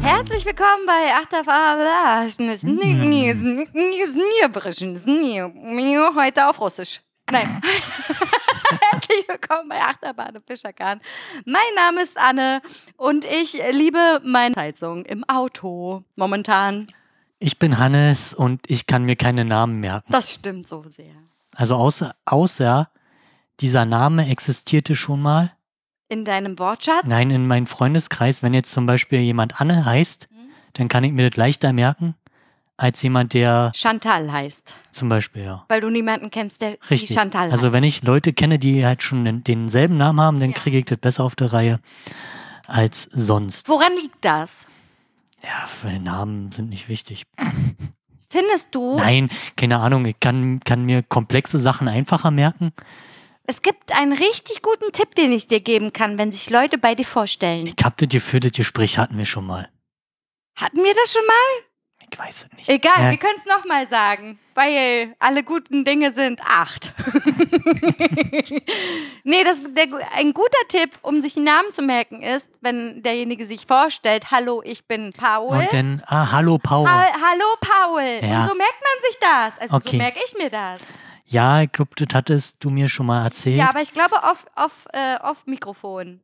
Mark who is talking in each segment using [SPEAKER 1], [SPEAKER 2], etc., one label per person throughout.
[SPEAKER 1] Herzlich willkommen bei
[SPEAKER 2] Hm.
[SPEAKER 1] Achterbahn. Heute auf Russisch. Nein. Herzlich willkommen bei Achterbahn und Fischerkahn. Mein Name ist Anne und ich liebe meine Heizung im Auto momentan.
[SPEAKER 2] Ich bin Hannes und ich kann mir keine Namen merken.
[SPEAKER 1] Das stimmt so sehr.
[SPEAKER 2] Also außer, außer dieser Name existierte schon mal.
[SPEAKER 1] In deinem Wortschatz?
[SPEAKER 2] Nein, in meinem Freundeskreis, wenn jetzt zum Beispiel jemand Anne heißt,
[SPEAKER 1] Mhm.
[SPEAKER 2] dann kann ich mir das leichter merken, als jemand, der
[SPEAKER 1] Chantal heißt.
[SPEAKER 2] zum Beispiel, ja.
[SPEAKER 1] Weil du niemanden kennst, der
[SPEAKER 2] Richtig.
[SPEAKER 1] die Chantal heißt.
[SPEAKER 2] also wenn ich Leute kenne, die halt schon den- denselben Namen haben, dann kriege ich das besser auf der Reihe als sonst.
[SPEAKER 1] Woran liegt das?
[SPEAKER 2] Ja, weil Namen sind nicht wichtig.
[SPEAKER 1] Findest du,
[SPEAKER 2] Nein, keine Ahnung, ich kann, kann mir komplexe Sachen einfacher merken.
[SPEAKER 1] es gibt einen richtig guten Tipp, den ich dir geben kann, wenn sich Leute bei dir vorstellen.
[SPEAKER 2] Ich hab das Gefühl, das Gespräch hatten wir schon mal.
[SPEAKER 1] Hatten wir das schon mal?
[SPEAKER 2] Ich weiß es nicht.
[SPEAKER 1] Egal,
[SPEAKER 2] Ja.
[SPEAKER 1] wir können es nochmal sagen, weil alle guten Dinge sind acht. nee, das, der, ein guter Tipp, um sich einen Namen zu merken, ist, wenn derjenige sich vorstellt, hallo, ich bin Paul.
[SPEAKER 2] Und dann, ah, hallo Paul.
[SPEAKER 1] Ha hallo Paul.
[SPEAKER 2] Ja.
[SPEAKER 1] Und so merkt man sich das. Also so
[SPEAKER 2] Okay.
[SPEAKER 1] merke ich mir das.
[SPEAKER 2] Ja, ich glaube, das hattest du mir schon mal erzählt.
[SPEAKER 1] Ja, aber ich glaube auf, auf, äh, auf Mikrofon.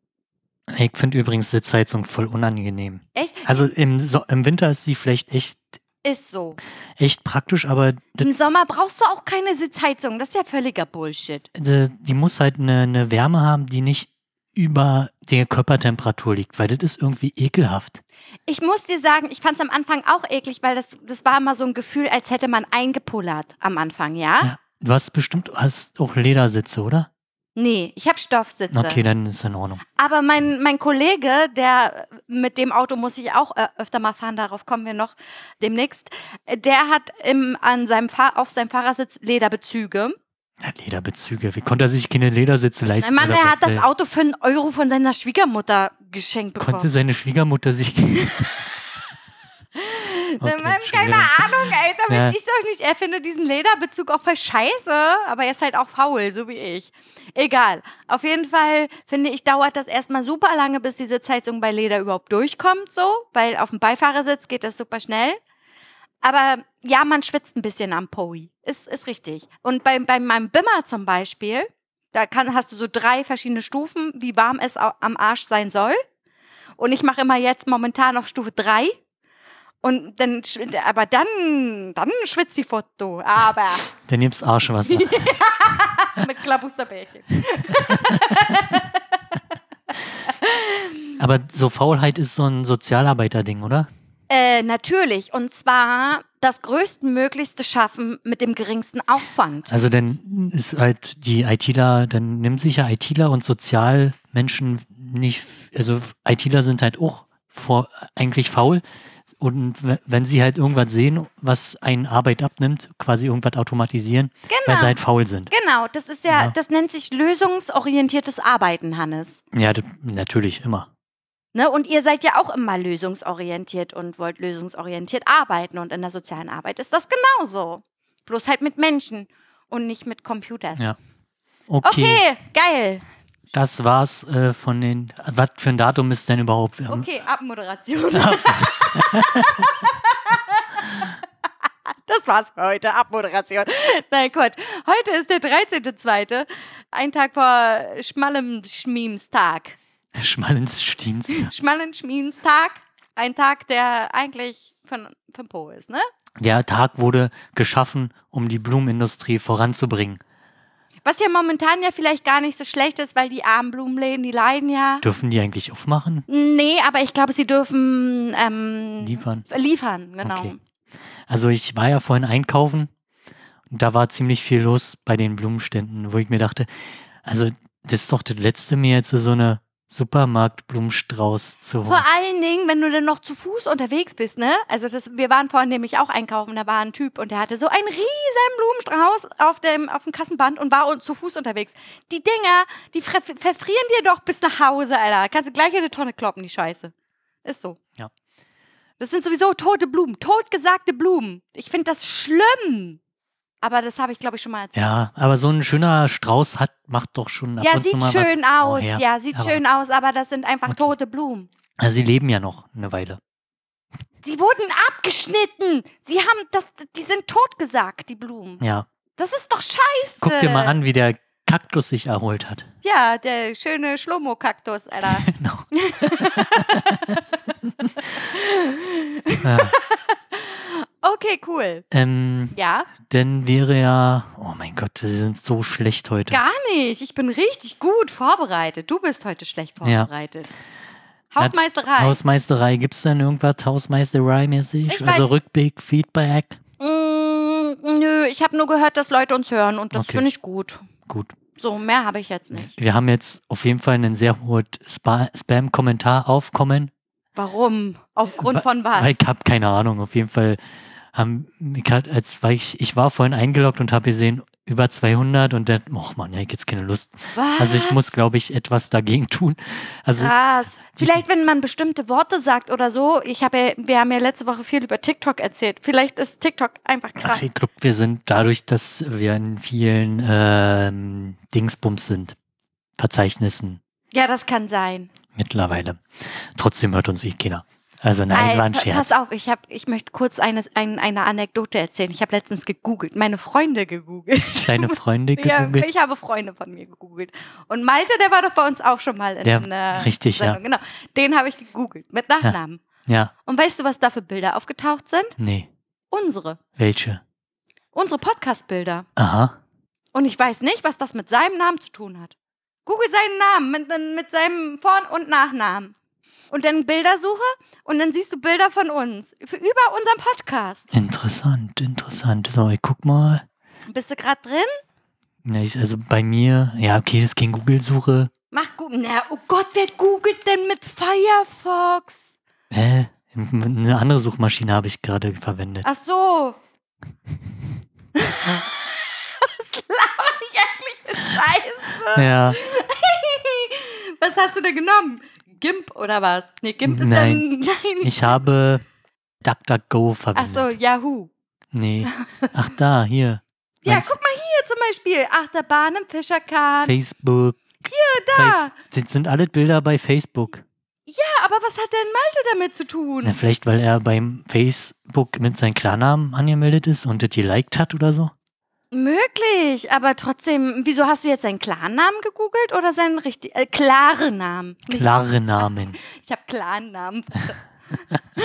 [SPEAKER 2] ich finde übrigens Sitzheizung voll unangenehm.
[SPEAKER 1] Echt?
[SPEAKER 2] Also im, so im Winter ist sie vielleicht echt,
[SPEAKER 1] Ist so.
[SPEAKER 2] echt praktisch, aber d-
[SPEAKER 1] Im Sommer brauchst du auch keine Sitzheizung. Das ist ja völliger Bullshit.
[SPEAKER 2] d- die muss halt eine ne Wärme haben, die nicht über der Körpertemperatur liegt, weil das ist irgendwie ekelhaft.
[SPEAKER 1] Ich muss dir sagen, ich fand es am Anfang auch eklig, weil das, das war immer so ein Gefühl, als hätte man eingepullert am Anfang, ja?
[SPEAKER 2] Ja. Du hast bestimmt hast auch Ledersitze, oder?
[SPEAKER 1] Nee, ich habe Stoffsitze.
[SPEAKER 2] Okay, dann ist in Ordnung.
[SPEAKER 1] Aber mein, mein Kollege, der mit dem Auto muss ich auch äh, öfter mal fahren, darauf kommen wir noch demnächst, äh, der hat im, an seinem Fahr auf seinem Fahrersitz Lederbezüge.
[SPEAKER 2] Ja, Lederbezüge. Wie konnte er sich keine Ledersitze
[SPEAKER 1] Mein
[SPEAKER 2] leisten?
[SPEAKER 1] Mann,
[SPEAKER 2] oder
[SPEAKER 1] der
[SPEAKER 2] was?
[SPEAKER 1] hat das Auto für einen Euro von seiner Schwiegermutter geschenkt bekommen.
[SPEAKER 2] Konnte seine Schwiegermutter sich.
[SPEAKER 1] Der Mann,
[SPEAKER 2] Okay,
[SPEAKER 1] keine
[SPEAKER 2] Schwiegermutter.
[SPEAKER 1] Ahnung, ey, damit
[SPEAKER 2] Ja.
[SPEAKER 1] ich doch nicht. Er findet diesen Lederbezug auch voll scheiße, aber er ist halt auch faul, so wie ich. Egal. Auf jeden Fall finde ich, dauert das erstmal super lange, bis diese Zeitung bei Leder überhaupt durchkommt, so, weil auf dem Beifahrersitz geht das super schnell. Aber ja, man schwitzt ein bisschen am Poi. Ist, ist richtig. Und bei, bei meinem Bimmer zum Beispiel, da kann, hast du so drei verschiedene Stufen, wie warm es au- am Arsch sein soll. Und ich mache immer jetzt momentan auf Stufe 3. Und dann, schw- aber dann, dann schwitzt die Foto. Aber
[SPEAKER 2] Dann nimmst Arschwasser.
[SPEAKER 1] mit Klabusterbärchen.
[SPEAKER 2] Aber so Faulheit ist so ein Sozialarbeiter-Ding, oder?
[SPEAKER 1] Äh, natürlich. Und zwar das größtmöglichste Schaffen mit dem geringsten Aufwand.
[SPEAKER 2] Also dann ist halt die ITler, dann nimmt sich ja ITler und Sozialmenschen nicht, f- also f- ITler sind halt auch vor, eigentlich faul. Und w- wenn sie halt irgendwas sehen, was einen Arbeit abnimmt, quasi irgendwas automatisieren, weil sie halt faul sind.
[SPEAKER 1] Genau, das ist ja,
[SPEAKER 2] Ja.
[SPEAKER 1] das nennt sich lösungsorientiertes Arbeiten, Hannes.
[SPEAKER 2] Ja, d- natürlich, immer.
[SPEAKER 1] Ne? Und ihr seid ja auch immer lösungsorientiert und wollt lösungsorientiert arbeiten. Und in der sozialen Arbeit ist das genauso. Bloß halt mit Menschen und nicht mit Computers.
[SPEAKER 2] Ja.
[SPEAKER 1] Okay,
[SPEAKER 2] Okay,
[SPEAKER 1] geil.
[SPEAKER 2] das war's äh, von den. Was für ein Datum ist denn überhaupt? Wir haben-
[SPEAKER 1] Okay, Abmoderation. Das war's für heute. Abmoderation. Nein, Gott. Heute ist der 13.2. Ein Tag vor schmallem Schmiemstag.
[SPEAKER 2] Schmalens Dienst.
[SPEAKER 1] Schmallen Schmiemstag. Ein Tag, der eigentlich von, von Po ist, ne?
[SPEAKER 2] Der Tag wurde geschaffen, um die Blumenindustrie voranzubringen.
[SPEAKER 1] Was ja momentan ja vielleicht gar nicht so schlecht ist, weil die armen Blumenläden, die leiden ja.
[SPEAKER 2] Dürfen die eigentlich aufmachen?
[SPEAKER 1] Nee, aber ich glaube, sie dürfen ähm,
[SPEAKER 2] Liefern.
[SPEAKER 1] liefern, genau.
[SPEAKER 2] Okay. Also ich war ja vorhin einkaufen und da war ziemlich viel los bei den Blumenständen, wo ich mir dachte, also das ist doch das letzte mir jetzt so eine Supermarktblumenstrauß zu
[SPEAKER 1] Vor
[SPEAKER 2] holen.
[SPEAKER 1] allen Dingen, wenn du dann noch zu Fuß unterwegs bist, ne? Also das, wir waren vorhin nämlich auch einkaufen, da war ein Typ und der hatte so einen riesen Blumenstrauß auf dem, auf dem Kassenband und war uns zu Fuß unterwegs. Die Dinger, die ver verfrieren dir doch bis nach Hause, Alter. Kannst du gleich in eine Tonne kloppen, die Scheiße. Ist so.
[SPEAKER 2] Ja.
[SPEAKER 1] Das sind sowieso tote Blumen, totgesagte Blumen. Ich finde das schlimm. Aber das habe ich, glaube ich, schon mal erzählt.
[SPEAKER 2] Ja, aber so ein schöner Strauß hat, macht doch schon ab
[SPEAKER 1] Ja,
[SPEAKER 2] und zu
[SPEAKER 1] sieht
[SPEAKER 2] mal
[SPEAKER 1] schön
[SPEAKER 2] was. Oh,
[SPEAKER 1] aus.
[SPEAKER 2] her.
[SPEAKER 1] ja, sieht
[SPEAKER 2] Aber-
[SPEAKER 1] schön aus, aber das sind einfach
[SPEAKER 2] Okay.
[SPEAKER 1] tote Blumen.
[SPEAKER 2] Also sie leben ja noch eine Weile.
[SPEAKER 1] Sie wurden abgeschnitten. Sie haben das, die sind totgesagt, die Blumen.
[SPEAKER 2] Ja.
[SPEAKER 1] Das ist doch scheiße.
[SPEAKER 2] Guck dir mal an, wie der Kaktus sich erholt hat.
[SPEAKER 1] Ja, der schöne Schlomo-Kaktus, Alter.
[SPEAKER 2] Genau. ja.
[SPEAKER 1] Okay, cool.
[SPEAKER 2] ähm,
[SPEAKER 1] Ja,
[SPEAKER 2] denn wäre ja. Oh mein Gott, wir sind so schlecht heute.
[SPEAKER 1] gar nicht. Ich bin richtig gut vorbereitet. Du bist heute schlecht
[SPEAKER 2] Ja.
[SPEAKER 1] vorbereitet. Hausmeisterei.
[SPEAKER 2] Hausmeisterei, gibt es denn irgendwas
[SPEAKER 1] Ich
[SPEAKER 2] Hausmeisterei-mäßig?
[SPEAKER 1] weiß-
[SPEAKER 2] Also Rückblick, Feedback?
[SPEAKER 1] Mm, nö, ich habe nur gehört, dass Leute uns hören und das
[SPEAKER 2] Okay.
[SPEAKER 1] finde ich gut.
[SPEAKER 2] Gut.
[SPEAKER 1] So, mehr habe ich jetzt nicht.
[SPEAKER 2] Wir haben jetzt auf jeden Fall einen sehr hohen Spa Spam-Kommentar aufkommen.
[SPEAKER 1] Warum? Aufgrund
[SPEAKER 2] Wa-
[SPEAKER 1] von was?
[SPEAKER 2] Weil ich habe keine Ahnung. Auf jeden Fall haben, ich, hat- als, weil ich, ich war vorhin eingeloggt und habe gesehen, über 200 und dann, oh Mann, ich hab jetzt keine Lust.
[SPEAKER 1] was?
[SPEAKER 2] Also ich muss, glaube ich, etwas dagegen tun. Also
[SPEAKER 1] Krass. Vielleicht, wenn man bestimmte Worte sagt oder so. Ich habe, ja, wir haben ja letzte Woche viel über TikTok erzählt. Vielleicht ist TikTok einfach krass.
[SPEAKER 2] ach, ich glaube, wir sind dadurch, dass wir in vielen ähm, Dingsbums sind, Verzeichnissen
[SPEAKER 1] Ja, das kann sein.
[SPEAKER 2] mittlerweile. Trotzdem hört uns eh keiner. Also nein, war ein
[SPEAKER 1] pa-
[SPEAKER 2] Scherz.
[SPEAKER 1] Pass auf, ich habe, ich möchte kurz eine, ein, eine Anekdote erzählen. Ich habe letztens gegoogelt, meine Freunde gegoogelt.
[SPEAKER 2] Deine Freunde
[SPEAKER 1] Ja,
[SPEAKER 2] gegoogelt.
[SPEAKER 1] ich habe Freunde von mir gegoogelt. Und Malte, der war doch bei uns auch schon mal in
[SPEAKER 2] Der-
[SPEAKER 1] einer
[SPEAKER 2] richtig, ja.
[SPEAKER 1] Sendung. Genau, den habe ich gegoogelt mit Nachnamen.
[SPEAKER 2] Ja,
[SPEAKER 1] Und weißt du, was da für Bilder aufgetaucht sind?
[SPEAKER 2] nee.
[SPEAKER 1] Unsere.
[SPEAKER 2] Welche?
[SPEAKER 1] Unsere Podcast-Bilder.
[SPEAKER 2] Aha.
[SPEAKER 1] Und ich weiß nicht, was das mit seinem Namen zu tun hat. Google seinen Namen mit, mit- mit seinem Vor- und Nachnamen. Und dann Bildersuche und dann siehst du Bilder von uns. Für über unseren Podcast.
[SPEAKER 2] Interessant, interessant. So, ich guck mal.
[SPEAKER 1] Bist du gerade drin?
[SPEAKER 2] Ja, ich, also bei mir, ja, okay, das ging Google-Suche.
[SPEAKER 1] Mach gut. Na, oh Gott, wer googelt denn mit Firefox?
[SPEAKER 2] Hä? Eine andere Suchmaschine habe ich gerade verwendet.
[SPEAKER 1] Ach so. Was laber ich eigentlich für Scheiße?
[SPEAKER 2] Ja,
[SPEAKER 1] Was hast du denn genommen? Gimp oder was? Nee, Gimp ist
[SPEAKER 2] Nein.
[SPEAKER 1] ja ein... Nein.
[SPEAKER 2] ich habe DuckDuckGo verwendet.
[SPEAKER 1] Ach so, Yahoo.
[SPEAKER 2] Nee. Ach da, hier.
[SPEAKER 1] Ja,
[SPEAKER 2] Meinst-
[SPEAKER 1] guck mal hier zum Beispiel. Achterbahn im Fischerkahn.
[SPEAKER 2] Facebook. Hier,
[SPEAKER 1] da.
[SPEAKER 2] Das sind alle Bilder bei Facebook.
[SPEAKER 1] Ja, aber was hat denn Malte damit zu tun?
[SPEAKER 2] Na, vielleicht, weil er beim Facebook mit seinem Klarnamen angemeldet ist und das geliked hat oder so.
[SPEAKER 1] Möglich, aber trotzdem, wieso hast du jetzt seinen klaren Namen gegoogelt oder seinen richtig äh, klaren Namen? Nicht-
[SPEAKER 2] Klare Namen.
[SPEAKER 1] Ich habe klaren Namen.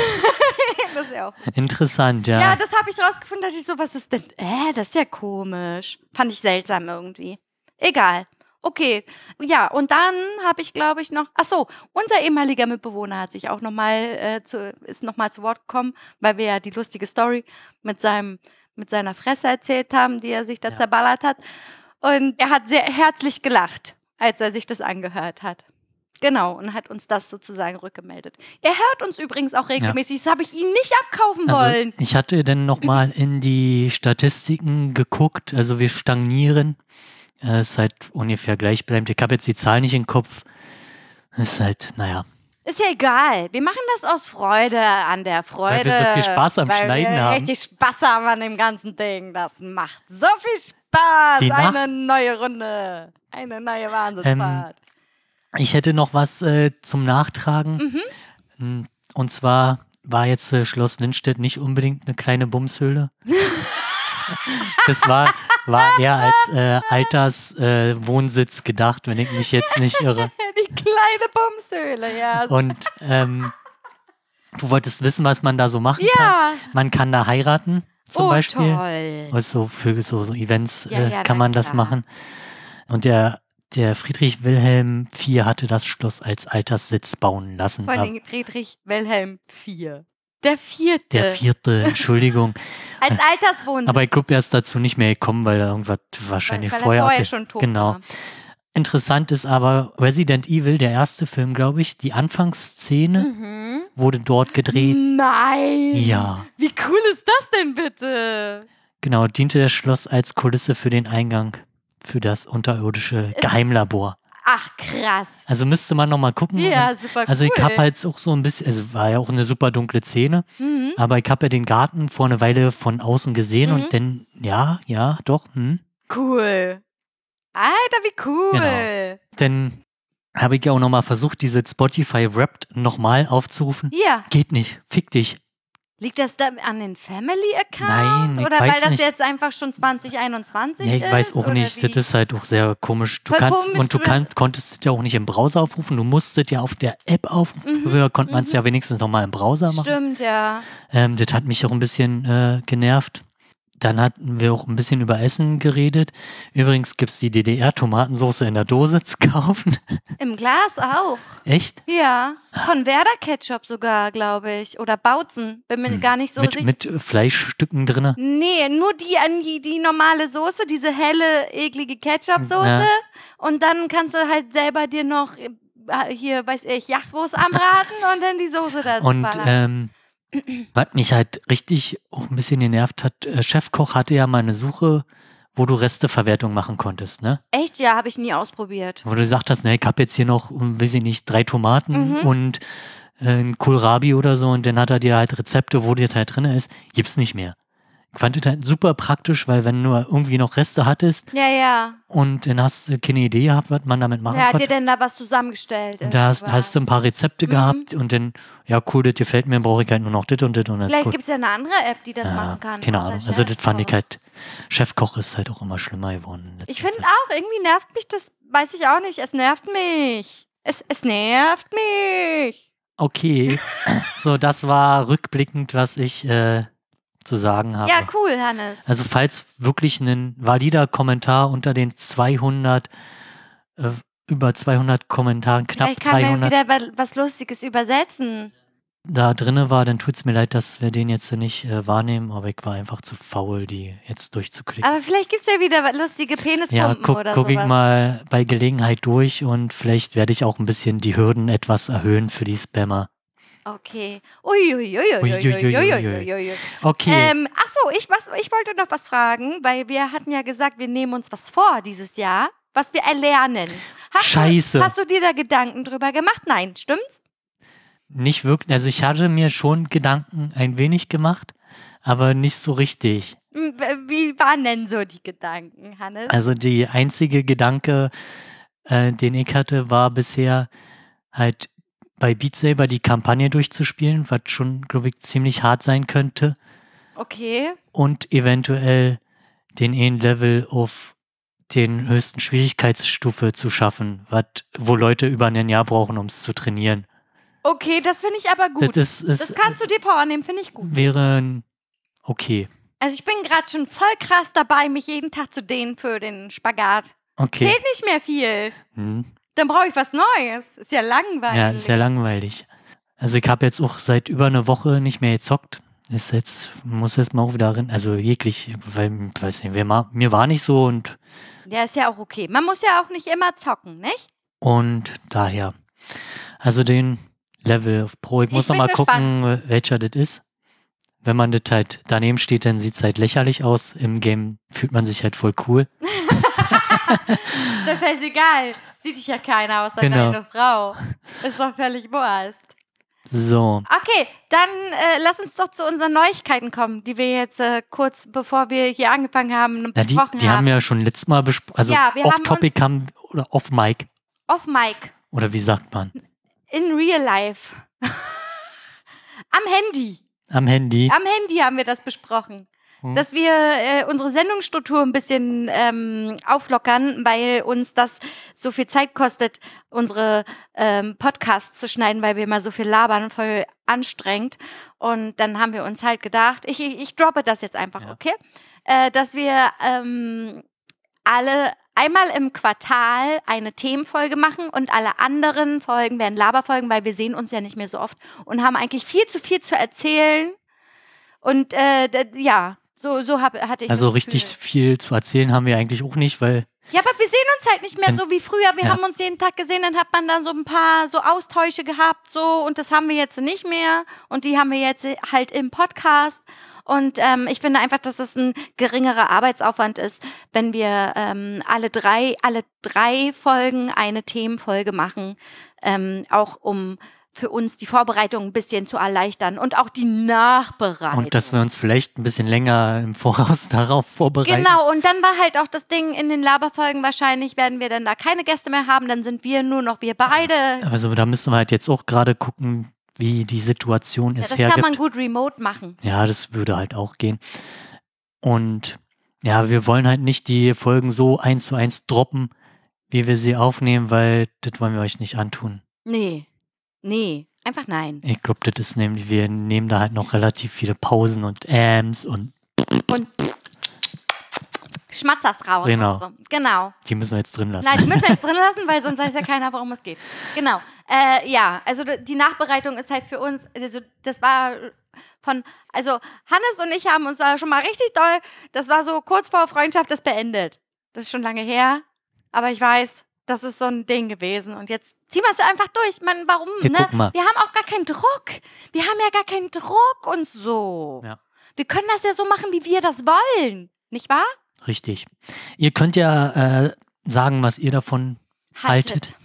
[SPEAKER 1] das ist ja, auch.
[SPEAKER 2] Interessant, ja.
[SPEAKER 1] ja, das habe ich rausgefunden, dass ich so, was ist denn? Äh, das ist ja komisch. Fand ich seltsam irgendwie. Egal. Okay, ja, und dann habe ich, glaube ich, noch, ach so, unser ehemaliger Mitbewohner hat sich auch nochmal, äh, zu, ist nochmal zu Wort gekommen, weil wir ja die lustige Story mit seinem, mit seiner Fresse erzählt haben, die er sich da
[SPEAKER 2] Ja.
[SPEAKER 1] zerballert hat. Und er hat sehr herzlich gelacht, als er sich das angehört hat. Genau, und hat uns das sozusagen rückgemeldet. Er hört uns übrigens auch regelmäßig, das habe ich ihm nicht abkaufen
[SPEAKER 2] also,
[SPEAKER 1] wollen.
[SPEAKER 2] ich hatte dann nochmal in die Statistiken geguckt. Also, wir stagnieren. Äh, ist halt ungefähr gleichbleibend. Ich habe jetzt die Zahl nicht im Kopf. Ist halt, naja.
[SPEAKER 1] Ist ja egal. Wir machen das aus Freude an der Freude.
[SPEAKER 2] Weil wir so viel Spaß am
[SPEAKER 1] Weil
[SPEAKER 2] Schneiden
[SPEAKER 1] wir
[SPEAKER 2] haben.
[SPEAKER 1] Richtig Spaß haben an dem ganzen Ding. Das macht so viel Spaß.
[SPEAKER 2] Die Nach-
[SPEAKER 1] Eine neue Runde. Eine neue Wahnsinnsfahrt.
[SPEAKER 2] Ähm, Ich hätte noch was äh, zum
[SPEAKER 1] Mhm.
[SPEAKER 2] Nachtragen. Mm, Und zwar war jetzt äh, Schloss Lindstedt nicht unbedingt eine kleine Bumshöhle. das war, war eher als äh, Alterswohnsitz äh, Wohnsitz gedacht, wenn ich mich jetzt nicht irre.
[SPEAKER 1] Die kleine Bumshöhle, ja.
[SPEAKER 2] Und ähm, du wolltest wissen, was man da so machen
[SPEAKER 1] Ja.
[SPEAKER 2] kann. Man kann da heiraten, zum
[SPEAKER 1] oh,
[SPEAKER 2] Beispiel.
[SPEAKER 1] toll.
[SPEAKER 2] Also für so, so Events
[SPEAKER 1] Ja,
[SPEAKER 2] äh,
[SPEAKER 1] ja,
[SPEAKER 2] kann
[SPEAKER 1] na
[SPEAKER 2] man das
[SPEAKER 1] klar.
[SPEAKER 2] machen. Und der, der Friedrich Wilhelm IV hatte das Schloss als Alterssitz bauen lassen.
[SPEAKER 1] Von
[SPEAKER 2] Ab-
[SPEAKER 1] den Friedrich Wilhelm IV. Der Vierte.
[SPEAKER 2] der vierte, Entschuldigung.
[SPEAKER 1] Als Alterswohnsitz.
[SPEAKER 2] Aber ich glaube, er ist dazu nicht mehr gekommen, weil er irgendwas wahrscheinlich
[SPEAKER 1] weil, weil er
[SPEAKER 2] vorher,
[SPEAKER 1] vorher
[SPEAKER 2] abge-
[SPEAKER 1] schon tot
[SPEAKER 2] Genau.
[SPEAKER 1] war.
[SPEAKER 2] Interessant ist aber Resident Evil, der erste Film, glaube ich, die Anfangsszene
[SPEAKER 1] Mhm.
[SPEAKER 2] wurde dort gedreht.
[SPEAKER 1] Nein.
[SPEAKER 2] Ja,
[SPEAKER 1] Wie cool ist das denn bitte?
[SPEAKER 2] genau, diente das Schloss als Kulisse für den Eingang für das unterirdische
[SPEAKER 1] Äh.
[SPEAKER 2] Geheimlabor.
[SPEAKER 1] Ach krass.
[SPEAKER 2] Also müsste man nochmal gucken.
[SPEAKER 1] Ja,
[SPEAKER 2] Und-
[SPEAKER 1] super
[SPEAKER 2] also
[SPEAKER 1] cool.
[SPEAKER 2] ich habe halt auch so ein bisschen, es war ja auch eine super dunkle Szene,
[SPEAKER 1] Mhm.
[SPEAKER 2] aber ich habe ja den Garten vor einer Weile von außen gesehen
[SPEAKER 1] Mhm.
[SPEAKER 2] und dann, ja, ja, doch, hm.
[SPEAKER 1] Cool. Alter, wie cool.
[SPEAKER 2] Genau. Dann habe ich ja auch nochmal versucht, diese Spotify Wrapped nochmal aufzurufen.
[SPEAKER 1] Ja,
[SPEAKER 2] Geht nicht, fick dich.
[SPEAKER 1] liegt das da an den Family Account
[SPEAKER 2] Nein, ich
[SPEAKER 1] oder
[SPEAKER 2] weiß
[SPEAKER 1] weil das
[SPEAKER 2] nicht.
[SPEAKER 1] jetzt einfach schon 2021
[SPEAKER 2] Ja, ich
[SPEAKER 1] ist?
[SPEAKER 2] weiß auch
[SPEAKER 1] oder
[SPEAKER 2] nicht,
[SPEAKER 1] wie?
[SPEAKER 2] das ist halt auch sehr komisch. Du
[SPEAKER 1] Voll
[SPEAKER 2] kannst
[SPEAKER 1] komisch,
[SPEAKER 2] und du
[SPEAKER 1] du-
[SPEAKER 2] kann, konntest es ja auch nicht im Browser aufrufen, du musstest ja auf der App aufrufen.
[SPEAKER 1] Mhm,
[SPEAKER 2] Früher konnte man es ja wenigstens nochmal im Browser machen.
[SPEAKER 1] Stimmt, ja.
[SPEAKER 2] Ähm, das hat mich auch ein bisschen äh, genervt. Dann hatten wir auch ein bisschen über Essen geredet. Übrigens gibt es die DDR-Tomatensauce in der Dose zu kaufen.
[SPEAKER 1] Im Glas auch.
[SPEAKER 2] Echt?
[SPEAKER 1] Ja.
[SPEAKER 2] Ah.
[SPEAKER 1] Von Werder Ketchup sogar, glaube ich. Oder Bautzen. Bin mir gar nicht so
[SPEAKER 2] Hm. mit,
[SPEAKER 1] sicher.
[SPEAKER 2] mit Fleischstücken drin.
[SPEAKER 1] Nee, nur die, an die, die normale Soße, diese helle, eklige Ketchup-Soße.
[SPEAKER 2] Ja.
[SPEAKER 1] Und dann kannst du halt selber dir noch äh, hier, weiß ich, Jachwurst anbraten und dann die Soße dazu
[SPEAKER 2] Und
[SPEAKER 1] ballern.
[SPEAKER 2] ähm, was mich halt richtig auch ein bisschen genervt hat, äh, Chefkoch hatte ja mal eine Suche, wo du Resteverwertung machen konntest, ne?
[SPEAKER 1] Echt? Ja, habe ich nie ausprobiert.
[SPEAKER 2] Wo du gesagt hast, ne, ich habe jetzt hier noch, um, weiß ich nicht, drei Tomaten
[SPEAKER 1] Mhm.
[SPEAKER 2] und äh, ein Kohlrabi oder so und dann hat er dir halt Rezepte, wo das halt drin ist, gibt's nicht mehr. Ich fand das halt super praktisch, weil wenn du irgendwie noch Reste hattest
[SPEAKER 1] Ja, ja.
[SPEAKER 2] und dann hast du keine Idee gehabt, was man damit machen
[SPEAKER 1] Wer hat dir
[SPEAKER 2] konnte.
[SPEAKER 1] denn da was zusammengestellt?
[SPEAKER 2] Und da hast,
[SPEAKER 1] irgendwas?
[SPEAKER 2] hast du ein paar
[SPEAKER 1] Mhm.
[SPEAKER 2] Rezepte gehabt und dann, ja cool, das gefällt mir, brauche ich halt nur noch das und das und das. ist
[SPEAKER 1] Vielleicht
[SPEAKER 2] gut.
[SPEAKER 1] gibt es ja eine andere App, die das machen kann.
[SPEAKER 2] Keine
[SPEAKER 1] außer
[SPEAKER 2] Ahnung. Also das fand ich
[SPEAKER 1] Chefkoch.
[SPEAKER 2] halt, Chefkoch ist halt auch immer schlimmer geworden. in letzter
[SPEAKER 1] Ich finde
[SPEAKER 2] Zeit.
[SPEAKER 1] auch, irgendwie nervt mich das, weiß ich auch nicht. Es nervt mich. Es, es nervt mich.
[SPEAKER 2] Okay. so, das war rückblickend, was ich äh, zu sagen habe.
[SPEAKER 1] Ja, cool, Hannes.
[SPEAKER 2] Also falls wirklich ein valider Kommentar unter den 200, äh, über 200 Kommentaren, knapp
[SPEAKER 1] Vielleicht kann man
[SPEAKER 2] 300
[SPEAKER 1] wieder wa- was Lustiges übersetzen.
[SPEAKER 2] da drinne war, dann tut's mir leid, dass wir den jetzt nicht äh, wahrnehmen, aber ich war einfach zu faul, die jetzt durchzuklicken.
[SPEAKER 1] Aber vielleicht gibt es ja wieder wa- lustige Penispumpen
[SPEAKER 2] Ja, guck,
[SPEAKER 1] oder
[SPEAKER 2] guck ich
[SPEAKER 1] sowas.
[SPEAKER 2] mal bei Gelegenheit durch und vielleicht werde ich auch ein bisschen die Hürden etwas erhöhen für die Spammer.
[SPEAKER 1] Okay. Uiuiuiuiuiuiuiuiuiui.
[SPEAKER 2] Uiuiuiuiuiuiui. Okay.
[SPEAKER 1] Ähm, ach so, ich, was, ich wollte noch was fragen, weil wir hatten ja gesagt, wir nehmen uns was vor dieses Jahr, was wir erlernen. Hast
[SPEAKER 2] Scheiße.
[SPEAKER 1] Du, hast du dir da Gedanken drüber gemacht? Nein, stimmt's?
[SPEAKER 2] nicht wirklich. Also ich hatte mir schon Gedanken ein wenig gemacht, aber nicht so richtig.
[SPEAKER 1] Hm, w- Wie waren denn so die Gedanken, Hannes?
[SPEAKER 2] Also die einzige Gedanke, äh, den ich hatte, war bisher halt bei Beat Saber die Kampagne durchzuspielen, was schon, glaube ich, ziemlich hart sein könnte.
[SPEAKER 1] Okay.
[SPEAKER 2] Und eventuell den Level auf den höchsten Schwierigkeitsstufe zu schaffen, wat, wo Leute über ein Jahr brauchen, um es zu trainieren.
[SPEAKER 1] Okay, das finde ich aber gut.
[SPEAKER 2] Das, ist, ist,
[SPEAKER 1] das kannst du dir vornehmen, finde ich gut.
[SPEAKER 2] wäre ein okay.
[SPEAKER 1] Also ich bin gerade schon voll krass dabei, mich jeden Tag zu dehnen für den Spagat.
[SPEAKER 2] Okay.
[SPEAKER 1] Fehlt nicht mehr viel.
[SPEAKER 2] Hm.
[SPEAKER 1] Dann brauche ich was Neues. Ist ja langweilig.
[SPEAKER 2] Ja, ist ja langweilig. Also ich habe jetzt auch seit über einer Woche nicht mehr gezockt. Ist jetzt, muss jetzt mal auch wieder rein, also jeglich, weil, ich weiß nicht, wer ma- mir war nicht so und,
[SPEAKER 1] ja, ist ja auch okay. Man muss ja auch nicht immer zocken, nicht?
[SPEAKER 2] und daher. Also den Level auf Pro, ich,
[SPEAKER 1] Ich
[SPEAKER 2] muss noch
[SPEAKER 1] bin
[SPEAKER 2] mal gucken, welcher das ist. Wenn man das halt daneben steht, dann sieht es halt lächerlich aus. Im Game fühlt man sich halt voll cool.
[SPEAKER 1] Ist doch scheißegal. Sieht dich ja keiner außer
[SPEAKER 2] Genau.
[SPEAKER 1] deine Frau. Ist doch völlig Wurst.
[SPEAKER 2] So,
[SPEAKER 1] Okay, dann äh, lass uns doch zu unseren Neuigkeiten kommen, die wir jetzt äh, kurz bevor wir hier angefangen haben,
[SPEAKER 2] Na, die,
[SPEAKER 1] besprochen
[SPEAKER 2] die haben
[SPEAKER 1] haben.
[SPEAKER 2] ja schon letztes Mal besprochen, also
[SPEAKER 1] Ja, wir haben
[SPEAKER 2] off-topic haben, oder off-mic,
[SPEAKER 1] Off Mic,
[SPEAKER 2] oder wie sagt man,
[SPEAKER 1] in real life. Am Handy.
[SPEAKER 2] am Handy.
[SPEAKER 1] Am Handy haben wir das besprochen.
[SPEAKER 2] Hm.
[SPEAKER 1] Dass wir äh, unsere Sendungsstruktur ein bisschen ähm, auflockern, weil uns das so viel Zeit kostet, unsere ähm, Podcasts zu schneiden, weil wir immer so viel labern, voll anstrengend. Und dann haben wir uns halt gedacht, ich, ich, ich droppe das jetzt einfach,
[SPEAKER 2] Ja.
[SPEAKER 1] okay? Äh, dass wir ähm, alle einmal im Quartal eine Themenfolge machen und alle anderen Folgen werden Laberfolgen, weil wir sehen uns ja nicht mehr so oft und haben eigentlich viel zu viel zu erzählen. Und äh, d- ja, so, so hab, hatte ich.
[SPEAKER 2] Also
[SPEAKER 1] das Gefühl.
[SPEAKER 2] richtig viel zu erzählen haben wir eigentlich auch nicht, weil
[SPEAKER 1] Ja, aber wir sehen uns halt nicht mehr
[SPEAKER 2] Dann-
[SPEAKER 1] so wie früher. Wir
[SPEAKER 2] Ja.
[SPEAKER 1] haben uns jeden Tag gesehen, dann hat man dann so ein paar so Austausche gehabt, so und das haben wir jetzt nicht mehr und die haben wir jetzt halt im Podcast. Und ähm, ich finde einfach, dass es ein geringerer Arbeitsaufwand ist, wenn wir ähm, alle drei, alle drei Folgen eine Themenfolge machen, ähm, auch um für uns die Vorbereitung ein bisschen zu erleichtern und auch die Nachbereitung.
[SPEAKER 2] Und dass wir uns vielleicht ein bisschen länger im Voraus darauf vorbereiten.
[SPEAKER 1] Genau, und dann war halt auch das Ding in den Laberfolgen, wahrscheinlich werden wir dann da keine Gäste mehr haben, dann sind wir nur noch wir beide. Ja,
[SPEAKER 2] Also da müssen wir halt jetzt auch gerade gucken, wie die Situation es
[SPEAKER 1] das kann
[SPEAKER 2] hergibt.
[SPEAKER 1] man gut remote machen.
[SPEAKER 2] Ja, das würde halt auch gehen. Und ja, wir wollen halt nicht die Folgen so eins zu eins droppen, wie wir sie aufnehmen, weil das wollen wir euch nicht antun.
[SPEAKER 1] Nee, nee, einfach nein.
[SPEAKER 2] Ich glaube, das ist nämlich, wir nehmen da halt noch relativ viele Pausen und Äms und
[SPEAKER 1] Und Schmatzers raus.
[SPEAKER 2] Genau.
[SPEAKER 1] Also. Genau.
[SPEAKER 2] die müssen wir jetzt drin lassen.
[SPEAKER 1] Nein, die müssen wir jetzt drin lassen, weil sonst weiß ja keiner, worum es geht. Genau. Äh, ja, also d- die Nachbereitung ist halt für uns, also das war von, also Hannes und ich haben uns da schon mal richtig doll, das war so kurz vor Freundschaft ist beendet. Das ist schon lange her, aber ich weiß, das ist so ein Ding gewesen. Und jetzt ziehen wir es einfach durch. Man, warum?
[SPEAKER 2] Hier,
[SPEAKER 1] ne?
[SPEAKER 2] guck mal.
[SPEAKER 1] Wir haben auch gar keinen Druck. Wir haben ja gar keinen Druck und so.
[SPEAKER 2] Ja.
[SPEAKER 1] Wir können das ja so machen, wie wir das wollen. Nicht wahr?
[SPEAKER 2] Richtig. Ihr könnt ja äh, sagen, was ihr davon haltet.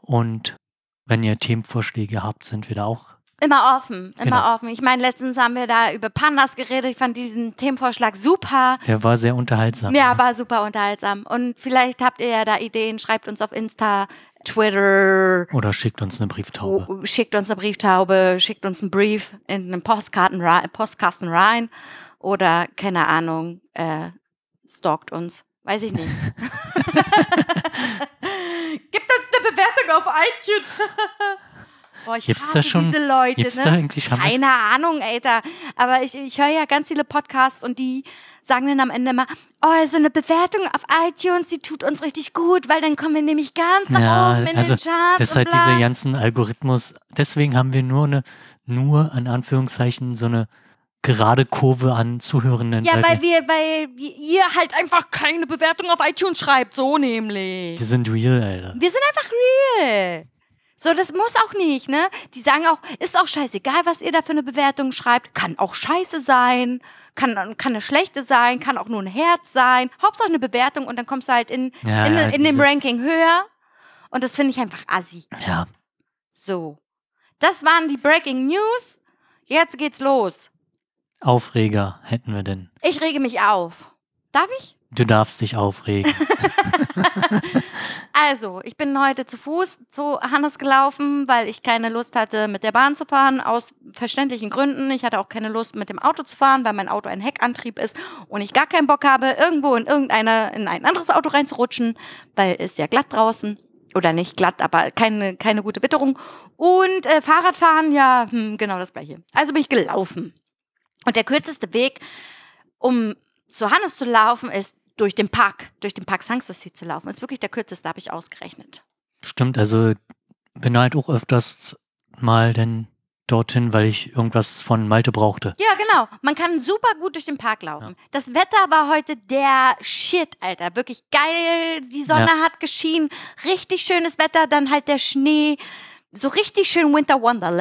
[SPEAKER 2] Und wenn ihr Themenvorschläge habt, sind wir da auch.
[SPEAKER 1] Immer offen, immer
[SPEAKER 2] Genau.
[SPEAKER 1] offen. Ich meine, letztens haben wir da über Pandas geredet. Ich fand diesen Themenvorschlag super.
[SPEAKER 2] Der war sehr unterhaltsam.
[SPEAKER 1] Ja, war super unterhaltsam. Und vielleicht habt ihr ja da Ideen. Schreibt uns auf Insta, Twitter,
[SPEAKER 2] Oder schickt uns eine Brieftaube.
[SPEAKER 1] o- schickt uns eine Brieftaube, schickt uns einen Brief in einen Postkarten rein, Postkasten rein. Oder, keine Ahnung, äh, stalkt uns. Weiß ich nicht. Gibt uns eine Bewertung auf iTunes. Boah, ich
[SPEAKER 2] Gibt's
[SPEAKER 1] hasse
[SPEAKER 2] da schon-
[SPEAKER 1] diese Leute,
[SPEAKER 2] Gibt's
[SPEAKER 1] ne?
[SPEAKER 2] da eigentlich haben wir-
[SPEAKER 1] Keine Ahnung, Alter. Aber ich, ich höre ja ganz viele Podcasts und die sagen dann am Ende immer, oh, so eine Bewertung auf iTunes, die tut uns richtig gut, weil dann kommen wir nämlich ganz nach
[SPEAKER 2] Ja,
[SPEAKER 1] oben in
[SPEAKER 2] also
[SPEAKER 1] den Charts.
[SPEAKER 2] das ist
[SPEAKER 1] oh, und
[SPEAKER 2] halt
[SPEAKER 1] bla.
[SPEAKER 2] dieser ganzen Algorithmus. Deswegen haben wir nur eine, nur an Anführungszeichen so eine gerade Kurve an Zuhörenden. Äh,
[SPEAKER 1] ja, weil wir, weil ihr halt einfach keine Bewertung auf iTunes schreibt, so nämlich.
[SPEAKER 2] wir sind real, Alter.
[SPEAKER 1] Wir sind einfach real. So, das muss auch nicht, ne? Die sagen auch, ist auch scheißegal, was ihr da für eine Bewertung schreibt. Kann auch scheiße sein, kann, kann eine schlechte sein, kann auch nur ein Herz sein. Hauptsache eine Bewertung und dann kommst du halt in,
[SPEAKER 2] Ja,
[SPEAKER 1] in,
[SPEAKER 2] ja,
[SPEAKER 1] in dem
[SPEAKER 2] diese-
[SPEAKER 1] Ranking höher. Und das finde ich einfach assi.
[SPEAKER 2] Ja,
[SPEAKER 1] So. Das waren die Breaking News. Jetzt geht's los.
[SPEAKER 2] Aufreger hätten wir denn.
[SPEAKER 1] Ich rege mich auf. Darf ich?
[SPEAKER 2] Du darfst dich aufregen.
[SPEAKER 1] Also, ich bin heute zu Fuß zu Hannes gelaufen, weil ich keine Lust hatte, mit der Bahn zu fahren, aus verständlichen Gründen. Ich hatte auch keine Lust, mit dem Auto zu fahren, weil mein Auto ein Heckantrieb ist und ich gar keinen Bock habe, irgendwo in irgendeine, in ein anderes Auto reinzurutschen, weil es ja glatt draußen. Oder nicht glatt, aber keine, keine gute Witterung. Und äh, Fahrradfahren, ja, hm, genau das gleiche. Also bin ich gelaufen. Und der kürzeste Weg, um zu Hannes zu laufen, ist durch den Park, durch den Park Sanssouci zu laufen. Ist wirklich der kürzeste, habe ich ausgerechnet.
[SPEAKER 2] Stimmt, also bin halt auch öfters mal denn dorthin, weil ich irgendwas von Malte brauchte.
[SPEAKER 1] Ja, genau. Man kann super gut durch den Park laufen. Das Wetter war heute der Shit, Alter. Wirklich geil. Die Sonne hat geschienen. Richtig schönes Wetter. Dann halt der Schnee. So richtig schön Winter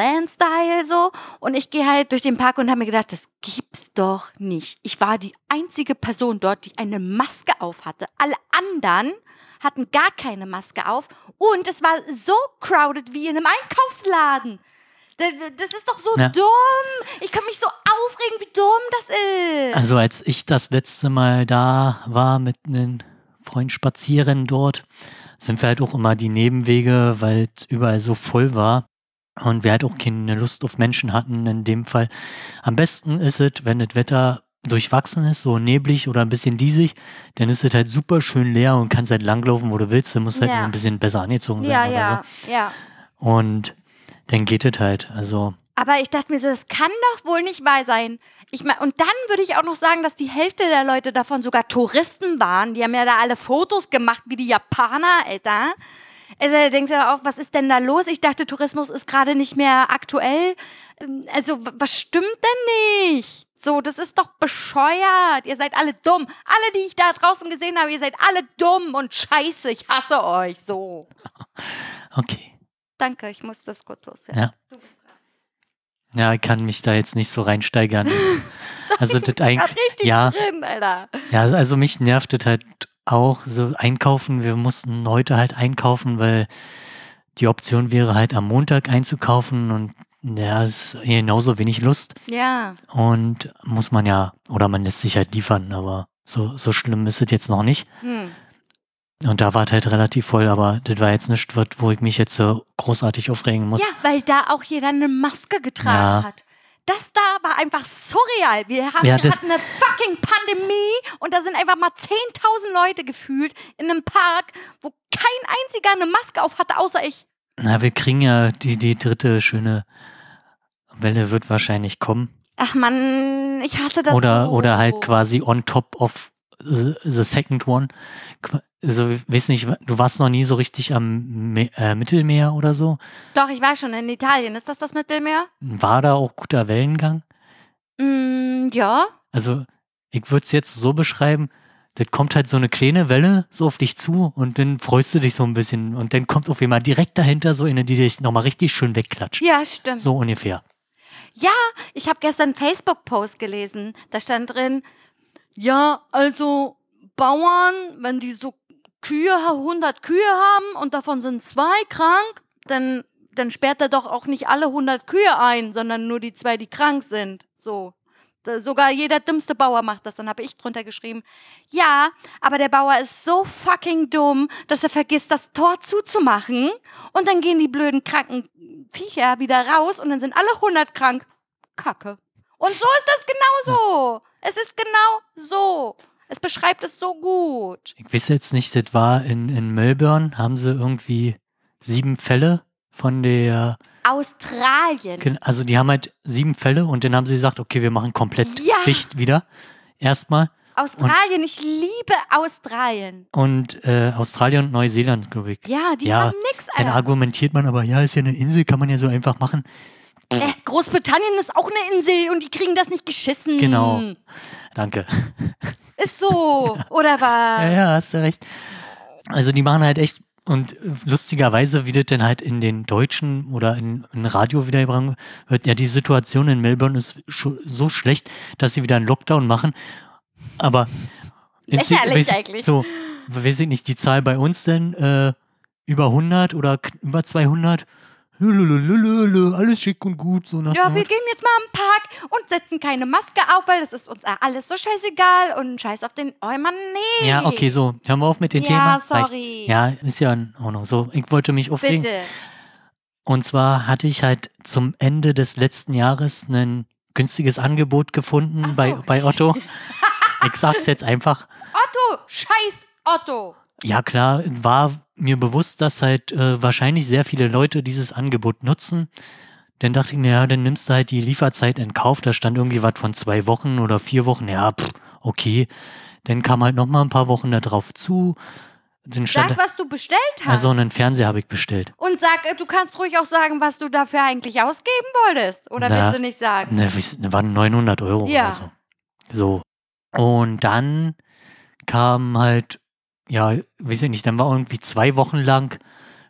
[SPEAKER 1] Wonderland-Style so. Und ich gehe halt durch den Park und habe mir gedacht, das gibt's doch nicht. Ich war die einzige Person dort, die eine Maske auf hatte. Alle anderen hatten gar keine Maske auf. Und es war so crowded wie in einem Einkaufsladen. Das, das ist doch so
[SPEAKER 2] Ja.
[SPEAKER 1] dumm. Ich kann mich so aufregen, wie dumm das ist.
[SPEAKER 2] Also als ich das letzte Mal da war mit einem Freund spazieren dort, sind wir halt auch immer die Nebenwege, weil es überall so voll war und wir halt auch keine Lust auf Menschen hatten in dem Fall. Am besten ist es, wenn das Wetter durchwachsen ist, so neblig oder ein bisschen diesig, dann ist es halt super schön leer und kannst halt langlaufen, wo du willst. Dann musst du halt
[SPEAKER 1] Ja.
[SPEAKER 2] nur ein bisschen besser angezogen sein
[SPEAKER 1] ja,
[SPEAKER 2] oder
[SPEAKER 1] ja, ja.
[SPEAKER 2] also so. Und dann geht es halt. Also
[SPEAKER 1] Aber ich dachte mir so, das kann doch wohl nicht wahr sein. Ich mein, und dann würde ich auch noch sagen, dass die Hälfte der Leute davon sogar Touristen waren. Die haben ja da alle Fotos gemacht, wie die Japaner, Alter. Also da denkst du aber auch, was ist denn da los? Ich dachte, Tourismus ist gerade nicht mehr aktuell. Ähm, Also w- was stimmt denn nicht? So, das ist doch bescheuert. Ihr seid alle dumm. Alle, die ich da draußen gesehen habe, ihr seid alle dumm und scheiße. Ich hasse euch. So.
[SPEAKER 2] Okay.
[SPEAKER 1] Danke, ich muss das kurz loswerden.
[SPEAKER 2] Ja.
[SPEAKER 1] Du bist dran.
[SPEAKER 2] Ja, ich kann mich da jetzt nicht so reinsteigern. Also das
[SPEAKER 1] Grad
[SPEAKER 2] eigentlich,
[SPEAKER 1] richtig
[SPEAKER 2] ja.
[SPEAKER 1] drin, Alter.
[SPEAKER 2] ja, also mich nervt das halt auch so einkaufen. Wir mussten heute halt einkaufen, weil die Option wäre halt am Montag einzukaufen und ja, ist genauso wenig Lust.
[SPEAKER 1] Ja.
[SPEAKER 2] Und muss man ja, oder man lässt sich halt liefern, aber so, so schlimm ist es jetzt noch nicht.
[SPEAKER 1] Hm.
[SPEAKER 2] Und da war es halt relativ voll, aber das war jetzt nicht, wo ich mich jetzt so großartig aufregen muss.
[SPEAKER 1] Ja, weil da auch jeder eine Maske getragen
[SPEAKER 2] Ja.
[SPEAKER 1] hat. Das da war einfach surreal. Wir hatten,
[SPEAKER 2] Ja,
[SPEAKER 1] wir
[SPEAKER 2] das-
[SPEAKER 1] hatten eine fucking Pandemie und da sind einfach mal 10.000 Leute gefühlt in einem Park, wo kein einziger eine Maske auf hatte, außer ich.
[SPEAKER 2] Na, wir kriegen ja die, die dritte schöne Welle wird wahrscheinlich kommen.
[SPEAKER 1] Ach Mann, ich hasse das.
[SPEAKER 2] Oder,
[SPEAKER 1] so.
[SPEAKER 2] oder halt quasi on top of the the second one. Qu- Also, weiß nicht, du warst noch nie so richtig am Me äh, Mittelmeer oder so.
[SPEAKER 1] Doch, ich war schon in Italien. Ist das das Mittelmeer?
[SPEAKER 2] War da auch guter Wellengang?
[SPEAKER 1] Mm, ja.
[SPEAKER 2] Also, ich würde es jetzt so beschreiben, das kommt halt so eine kleine Welle so auf dich zu und dann freust du dich so ein bisschen und dann kommt auf jeden Fall direkt dahinter so eine, die dich nochmal richtig schön wegklatscht.
[SPEAKER 1] Ja, stimmt.
[SPEAKER 2] So ungefähr.
[SPEAKER 1] Ja, ich habe gestern einen Facebook-Post gelesen. Da stand drin, ja, also Bauern, wenn die so Kühe, 100 Kühe haben und davon sind zwei krank, dann, dann sperrt er doch auch nicht alle 100 Kühe ein, sondern nur die zwei, die krank sind. So. Da- Sogar jeder dümmste Bauer macht das. Dann habe ich drunter geschrieben, ja, aber der Bauer ist so fucking dumm, dass er vergisst, das Tor zuzumachen. Und dann gehen die blöden kranken Viecher wieder raus und dann sind alle 100 krank. Kacke. Und so ist das genauso. Es ist genau so. Es beschreibt es so gut.
[SPEAKER 2] Ich weiß jetzt nicht, das war in, in Melbourne, haben sie irgendwie sieben Fälle von der,
[SPEAKER 1] Australien.
[SPEAKER 2] also die haben halt sieben Fälle und dann haben sie gesagt, okay, wir machen komplett
[SPEAKER 1] Ja.
[SPEAKER 2] dicht wieder. Erstmal.
[SPEAKER 1] Australien, ich liebe Australien.
[SPEAKER 2] Und äh, Australien und Neuseeland, glaube ich.
[SPEAKER 1] Ja, die
[SPEAKER 2] Ja,
[SPEAKER 1] haben nix,
[SPEAKER 2] Dann
[SPEAKER 1] Alter.
[SPEAKER 2] argumentiert man aber, ja, ist ja eine Insel, kann man ja so einfach machen.
[SPEAKER 1] Äh, Großbritannien ist auch eine Insel und die kriegen das nicht geschissen.
[SPEAKER 2] Genau. Danke.
[SPEAKER 1] Ist so. Oder war.
[SPEAKER 2] Ja, ja, hast du recht. Also die machen halt echt und lustigerweise, wie das denn halt in den deutschen oder in, in Radio wiedergebracht wird, ja, die Situation in Melbourne ist scho- so schlecht, dass sie wieder einen Lockdown machen. Aber in Syd-
[SPEAKER 1] Lächerlich
[SPEAKER 2] weiß-
[SPEAKER 1] eigentlich.
[SPEAKER 2] So, weiß ich nicht, die Zahl bei uns denn äh, über 100 oder k- über 200? Lulululululu, Alles schick und gut, so nach
[SPEAKER 1] Ja,
[SPEAKER 2] dem
[SPEAKER 1] wir
[SPEAKER 2] Motto.
[SPEAKER 1] gehen jetzt mal im Park und setzen keine Maske auf, weil das ist uns alles so scheißegal und scheiß auf den. Oh Mann, nee.
[SPEAKER 2] Ja, okay, so, hören wir auf mit dem
[SPEAKER 1] Ja,
[SPEAKER 2] Thema. Reicht.
[SPEAKER 1] sorry.
[SPEAKER 2] Ja, ist ja in Ordnung. So, ich wollte mich aufregen.
[SPEAKER 1] Bitte.
[SPEAKER 2] Und zwar hatte ich halt zum Ende des letzten Jahres ein günstiges Angebot gefunden
[SPEAKER 1] Ach so.
[SPEAKER 2] bei, bei Otto. ich sag's jetzt einfach.
[SPEAKER 1] Otto, scheiß Otto.
[SPEAKER 2] Ja klar, war mir bewusst, dass halt äh, wahrscheinlich sehr viele Leute dieses Angebot nutzen. Dann dachte ich mir, ja, dann nimmst du halt die Lieferzeit in Kauf. Da stand irgendwie was von zwei Wochen oder vier Wochen. Ja, pff, okay. Dann kam halt noch mal ein paar Wochen da drauf zu. Dann stand
[SPEAKER 1] Sag, was du bestellt hast.
[SPEAKER 2] also einen Fernseher habe ich bestellt.
[SPEAKER 1] und sag, äh, du kannst ruhig auch sagen, was du dafür eigentlich ausgeben wolltest. Oder
[SPEAKER 2] Na,
[SPEAKER 1] willst du nicht sagen?
[SPEAKER 2] Ne, wies- ne, waren 900 Euro
[SPEAKER 1] Ja.
[SPEAKER 2] oder so. So. Und dann kam halt, ja, weiß ich nicht, dann war irgendwie zwei Wochen lang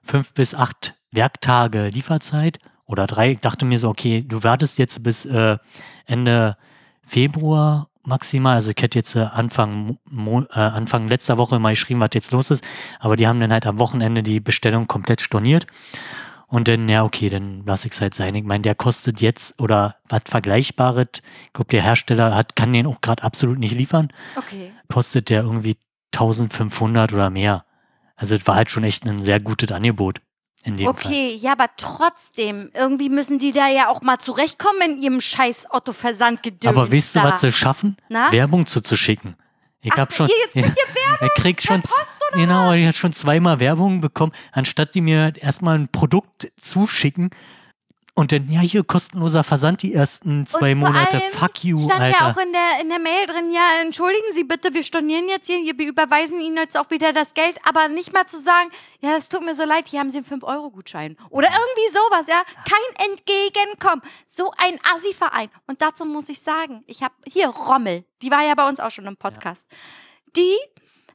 [SPEAKER 2] fünf bis acht Werktage Lieferzeit oder drei. Ich dachte mir so, okay, du wartest jetzt bis äh, Ende Februar maximal. Also ich hätte jetzt äh, Anfang, Mo äh, Anfang letzter Woche mal geschrieben, was jetzt los ist. Aber die haben dann halt am Wochenende die Bestellung komplett storniert. Und dann, ja, okay, dann lass ich es halt sein. Ich meine, der kostet jetzt oder was Vergleichbares. Ich glaube, der Hersteller hat, kann den auch gerade absolut nicht liefern.
[SPEAKER 1] Okay.
[SPEAKER 2] Kostet der irgendwie 1500 oder mehr. Also, das war halt schon echt ein sehr gutes Angebot. In dem Fall.
[SPEAKER 1] Okay, ja, aber trotzdem, irgendwie müssen die da ja auch mal zurechtkommen in ihrem scheiß Otto-Versandgedöns.
[SPEAKER 2] Aber weißt du, was sie schaffen?
[SPEAKER 1] Na?
[SPEAKER 2] Werbung zuzuschicken. Ich
[SPEAKER 1] Ach,
[SPEAKER 2] hab schon.
[SPEAKER 1] ihr- jetzt kriegt
[SPEAKER 2] ich krieg schon. Genau, ich hab schon zweimal Werbung bekommen, anstatt die mir erstmal ein Produkt zuschicken. Und dann, ja, hier kostenloser Versand die ersten zwei
[SPEAKER 1] vor
[SPEAKER 2] Monate.
[SPEAKER 1] allem
[SPEAKER 2] Fuck you,
[SPEAKER 1] Stand
[SPEAKER 2] Alter.
[SPEAKER 1] ja auch in der, in der Mail drin, ja, entschuldigen Sie bitte, wir stornieren jetzt hier, wir überweisen Ihnen jetzt auch wieder das Geld, aber nicht mal zu sagen, ja, es tut mir so leid, hier haben Sie einen 5-Euro-Gutschein. Oder irgendwie sowas, ja. Kein Entgegenkommen. So ein Assi-Verein. Und dazu muss ich sagen, ich habe hier Rommel, die war ja bei uns auch schon im Podcast. Die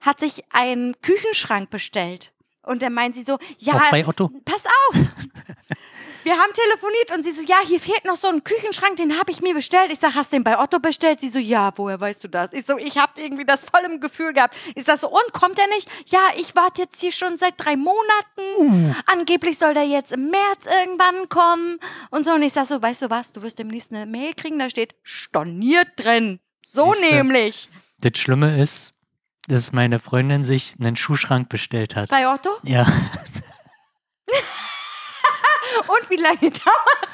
[SPEAKER 1] hat sich einen Küchenschrank bestellt. Und dann meint sie so, ja,
[SPEAKER 2] auch bei Otto.
[SPEAKER 1] pass auf. Wir haben telefoniert und sie so, ja, hier fehlt noch so ein Küchenschrank, den habe ich mir bestellt. Ich sag, hast du den bei Otto bestellt? Sie so, ja, woher weißt du das? Ich so, ich habe irgendwie das voll im Gefühl gehabt. Ich sag so, und kommt er nicht? Ja, ich warte jetzt hier schon seit drei Monaten.
[SPEAKER 2] Uh.
[SPEAKER 1] Angeblich soll der jetzt im März irgendwann kommen und so. Und ich sag so, weißt du was, du wirst demnächst eine Mail kriegen, da steht storniert drin. So
[SPEAKER 2] Siehste.
[SPEAKER 1] nämlich.
[SPEAKER 2] Das Schlimme ist, dass meine Freundin sich einen Schuhschrank bestellt hat.
[SPEAKER 1] Bei Otto?
[SPEAKER 2] Ja,
[SPEAKER 1] Und wie lange dauert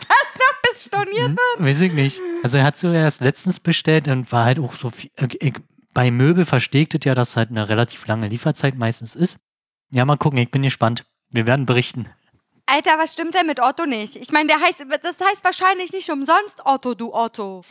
[SPEAKER 1] das noch, bis
[SPEAKER 2] Mhm.
[SPEAKER 1] storniert wird?
[SPEAKER 2] Hm? weiß ich nicht. Also er hat so erst letztens bestellt und war halt auch so viel. Ich, bei Möbel versteht es ja, dass halt eine relativ lange Lieferzeit meistens ist. Ja, mal gucken, ich bin gespannt. Wir werden berichten.
[SPEAKER 1] Alter, was stimmt denn mit Otto nicht? Ich meine, der heißt, das heißt wahrscheinlich nicht umsonst Otto, du Otto.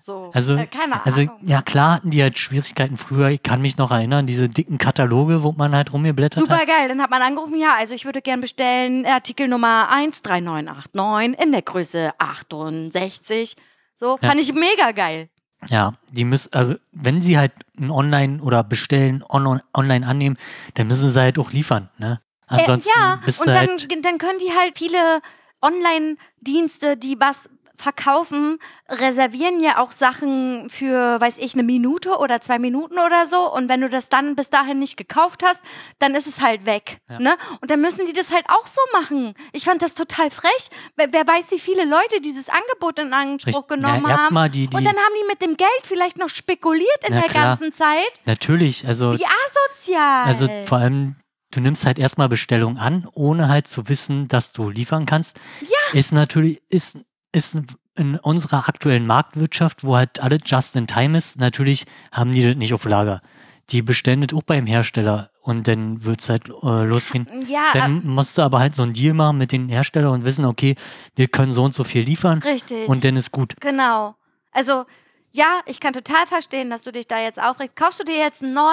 [SPEAKER 1] So,
[SPEAKER 2] Also,
[SPEAKER 1] äh, keine
[SPEAKER 2] also
[SPEAKER 1] Ahnung.
[SPEAKER 2] ja, klar hatten die halt Schwierigkeiten früher. Ich kann mich noch erinnern, diese dicken Kataloge, wo man halt rumgeblättert hat.
[SPEAKER 1] Super geil, dann hat man angerufen, ja, also ich würde gern bestellen Artikel Nummer 13989 in der Größe 68. So,
[SPEAKER 2] Ja.
[SPEAKER 1] fand ich mega geil.
[SPEAKER 2] Ja, die müssen, also wenn sie halt ein Online oder bestellen, on, online annehmen, dann müssen sie halt auch liefern, ne?
[SPEAKER 1] Äh,
[SPEAKER 2] Ansonsten
[SPEAKER 1] ja,
[SPEAKER 2] bist
[SPEAKER 1] und
[SPEAKER 2] du
[SPEAKER 1] dann,
[SPEAKER 2] halt.
[SPEAKER 1] dann können die halt viele Online-Dienste, die was verkaufen, reservieren ja auch Sachen für, weiß ich, eine Minute oder zwei Minuten oder so. Und wenn du das dann bis dahin nicht gekauft hast, dann ist es halt weg.
[SPEAKER 2] Ja.
[SPEAKER 1] Ne? Und dann müssen die das halt auch so machen. Ich fand das total frech. Wer, wer weiß, wie viele Leute dieses Angebot in Anspruch
[SPEAKER 2] Richtig. Na,
[SPEAKER 1] genommen
[SPEAKER 2] erst
[SPEAKER 1] haben.
[SPEAKER 2] mal die- die-
[SPEAKER 1] Und dann haben die mit dem Geld vielleicht noch spekuliert in
[SPEAKER 2] Na
[SPEAKER 1] der
[SPEAKER 2] klar.
[SPEAKER 1] ganzen Zeit.
[SPEAKER 2] Natürlich, also,
[SPEAKER 1] Wie asozial.
[SPEAKER 2] also vor allem, du nimmst halt erstmal Bestellungen an, ohne halt zu wissen, dass du liefern kannst. Ja. Ist natürlich, ist, ist in unserer aktuellen Marktwirtschaft, wo halt alle just in time ist, natürlich haben die das nicht auf Lager. Die bestellen das auch beim Hersteller und dann wird's halt äh, losgehen.
[SPEAKER 1] ja,
[SPEAKER 2] Dann musst du aber halt so einen Deal machen mit den Herstellern und wissen, okay, wir können so und so viel liefern
[SPEAKER 1] äh, richtig.
[SPEAKER 2] und dann ist gut.
[SPEAKER 1] Genau. Also, ja, ich kann total verstehen, dass du dich da jetzt aufregst. Kaufst du dir jetzt einen neuen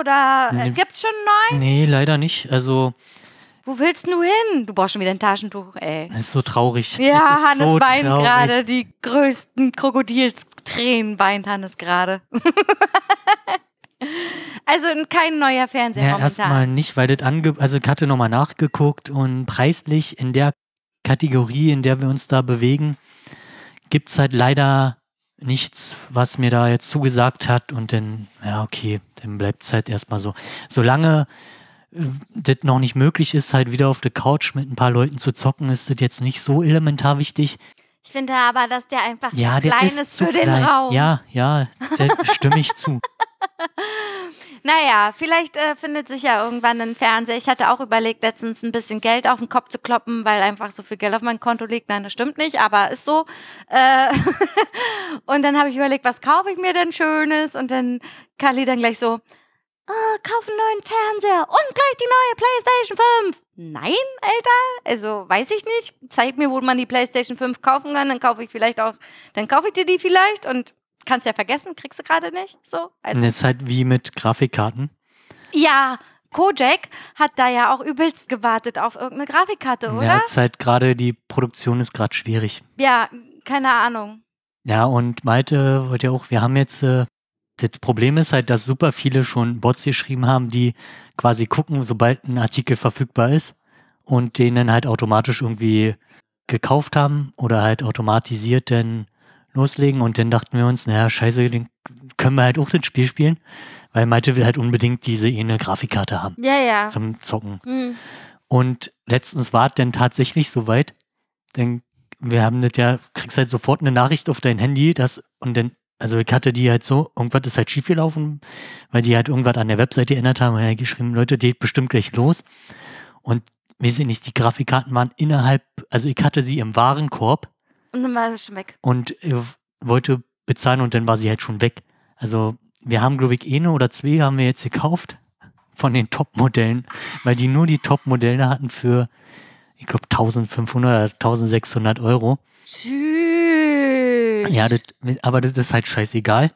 [SPEAKER 1] oder äh,
[SPEAKER 2] Nee.
[SPEAKER 1] gibt's schon einen neuen?
[SPEAKER 2] Nee, leider nicht. Also,
[SPEAKER 1] Wo willst du hin? Du brauchst schon wieder ein Taschentuch, ey.
[SPEAKER 2] es ist so traurig.
[SPEAKER 1] Ja,
[SPEAKER 2] es ist
[SPEAKER 1] Hannes
[SPEAKER 2] so
[SPEAKER 1] weint
[SPEAKER 2] traurig.
[SPEAKER 1] gerade die größten Krokodilstränen weint Hannes gerade. also kein neuer Fernseher
[SPEAKER 2] Ja, erstmal
[SPEAKER 1] momentan.
[SPEAKER 2] nicht, weil das ange... Also, ich hatte nochmal nachgeguckt und preislich in der Kategorie, in der wir uns da bewegen, gibt es halt leider nichts, was mir da jetzt zugesagt hat und dann, ja, okay, dann bleibt es halt erstmal so. Solange äh, das noch nicht möglich ist, halt wieder auf der Couch mit ein paar Leuten zu zocken, ist das jetzt nicht so elementar wichtig.
[SPEAKER 1] Ich finde aber, dass der einfach
[SPEAKER 2] Ja,
[SPEAKER 1] zu
[SPEAKER 2] der
[SPEAKER 1] klein
[SPEAKER 2] ist,
[SPEAKER 1] ist
[SPEAKER 2] zu
[SPEAKER 1] für den
[SPEAKER 2] klein.
[SPEAKER 1] Raum.
[SPEAKER 2] Ja, ja, da stimme ich zu.
[SPEAKER 1] Naja, vielleicht äh, findet sich ja irgendwann ein Fernseher. Ich hatte auch überlegt, letztens ein bisschen Geld auf den Kopf zu kloppen, weil einfach so viel Geld auf meinem Konto liegt. Nein, das stimmt nicht, aber ist so. Äh, und dann habe ich überlegt, was kaufe ich mir denn Schönes? Und dann Kali dann gleich so, oh, kauf einen neuen Fernseher und gleich die neue Playstation 5. Nein, Alter, also weiß ich nicht. Zeig mir, wo man die Playstation 5 kaufen kann, dann kaufe ich vielleicht auch, dann kaufe ich dir die vielleicht und kannst ja vergessen, kriegst du gerade nicht. So, also
[SPEAKER 2] Und jetzt halt wie mit Grafikkarten.
[SPEAKER 1] ja, Kojak hat da ja auch übelst gewartet auf irgendeine Grafikkarte, oder?
[SPEAKER 2] Ja, jetzt halt gerade die Produktion ist gerade schwierig.
[SPEAKER 1] Ja, keine Ahnung.
[SPEAKER 2] Ja, und Malte wollte ja auch, wir haben jetzt, äh, das Problem ist halt, dass super viele schon Bots geschrieben haben, die quasi gucken, sobald ein Artikel verfügbar ist und den dann halt automatisch irgendwie gekauft haben oder halt automatisiert dann loslegen und dann dachten wir uns, naja, scheiße, den können wir halt auch das Spiel spielen, weil Malte will halt unbedingt diese eine Grafikkarte haben
[SPEAKER 1] Ja, ja.
[SPEAKER 2] zum Zocken.
[SPEAKER 1] Hm.
[SPEAKER 2] Und letztens war es dann tatsächlich soweit, denn wir haben das ja, kriegst halt sofort eine Nachricht auf dein Handy, das und dann, also ich hatte die halt so, irgendwas ist halt schiefgelaufen, weil die halt irgendwas an der Webseite geändert haben, ja geschrieben, Leute, geht bestimmt gleich los. Und weiß ich nicht, die Grafikkarten waren innerhalb, also ich hatte sie im Warenkorb
[SPEAKER 1] Und dann war es schon weg.
[SPEAKER 2] und äh, wollte bezahlen und dann war sie halt schon weg. Also wir haben, glaube ich, eine oder zwei haben wir jetzt gekauft von den Top-Modellen, weil die nur die Top-Modelle hatten für ich glaube, 1500 oder 1600 Euro.
[SPEAKER 1] Süß.
[SPEAKER 2] Ja, das, aber das ist halt scheißegal,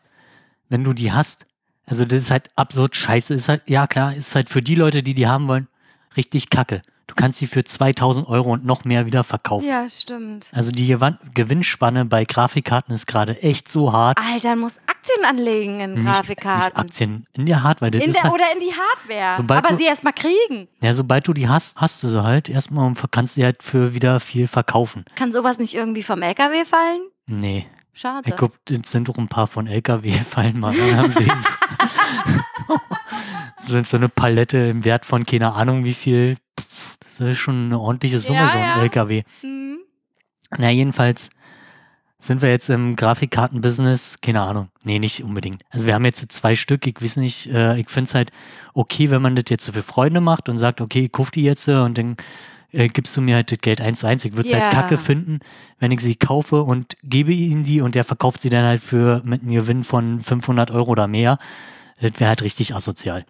[SPEAKER 2] wenn du die hast. Also das ist halt absurd scheiße. Ist halt, ja klar, ist halt für die Leute, die die haben wollen, richtig kacke. Du kannst sie für 2000 Euro und noch mehr wieder verkaufen.
[SPEAKER 1] Ja, stimmt.
[SPEAKER 2] Also die Gewan- Gewinnspanne bei Grafikkarten ist gerade echt so hart.
[SPEAKER 1] Alter, muss Aktien anlegen in
[SPEAKER 2] Nicht- Nicht
[SPEAKER 1] Grafikkarten.
[SPEAKER 2] Aktien in der Hardware. Das
[SPEAKER 1] in
[SPEAKER 2] ist
[SPEAKER 1] der,
[SPEAKER 2] halt,
[SPEAKER 1] oder in die Hardware.
[SPEAKER 2] Sobald
[SPEAKER 1] aber
[SPEAKER 2] du-
[SPEAKER 1] sie erstmal kriegen.
[SPEAKER 2] ja, sobald du die hast, hast du sie halt erstmal und ver- kannst sie halt für wieder viel verkaufen.
[SPEAKER 1] Kann sowas nicht irgendwie vom LKW fallen?
[SPEAKER 2] Nee.
[SPEAKER 1] Schade.
[SPEAKER 2] Ich glaube, es sind doch ein paar von LKW fallen mal. Dann haben sie so, so- so eine Palette im Wert von keine Ahnung wie viel. Das ist schon eine ordentliche Summe,
[SPEAKER 1] Ja,
[SPEAKER 2] so ein
[SPEAKER 1] ja.
[SPEAKER 2] LKW.
[SPEAKER 1] Hm.
[SPEAKER 2] Na, jedenfalls sind wir jetzt im Grafikkartenbusiness, keine Ahnung. Nee, nicht unbedingt. Also wir haben jetzt zwei Stück, ich weiß nicht, äh, ich finde es halt okay, wenn man das jetzt so für Freunde macht und sagt, okay, ich kauf die jetzt äh, und dann äh, gibst du mir halt das Geld eins zu eins. Ich würde es
[SPEAKER 1] Ja.
[SPEAKER 2] halt kacke finden, wenn ich sie kaufe und gebe ihm die und der verkauft sie dann halt für mit einem Gewinn von 500 Euro oder mehr. Das wäre halt richtig asozial.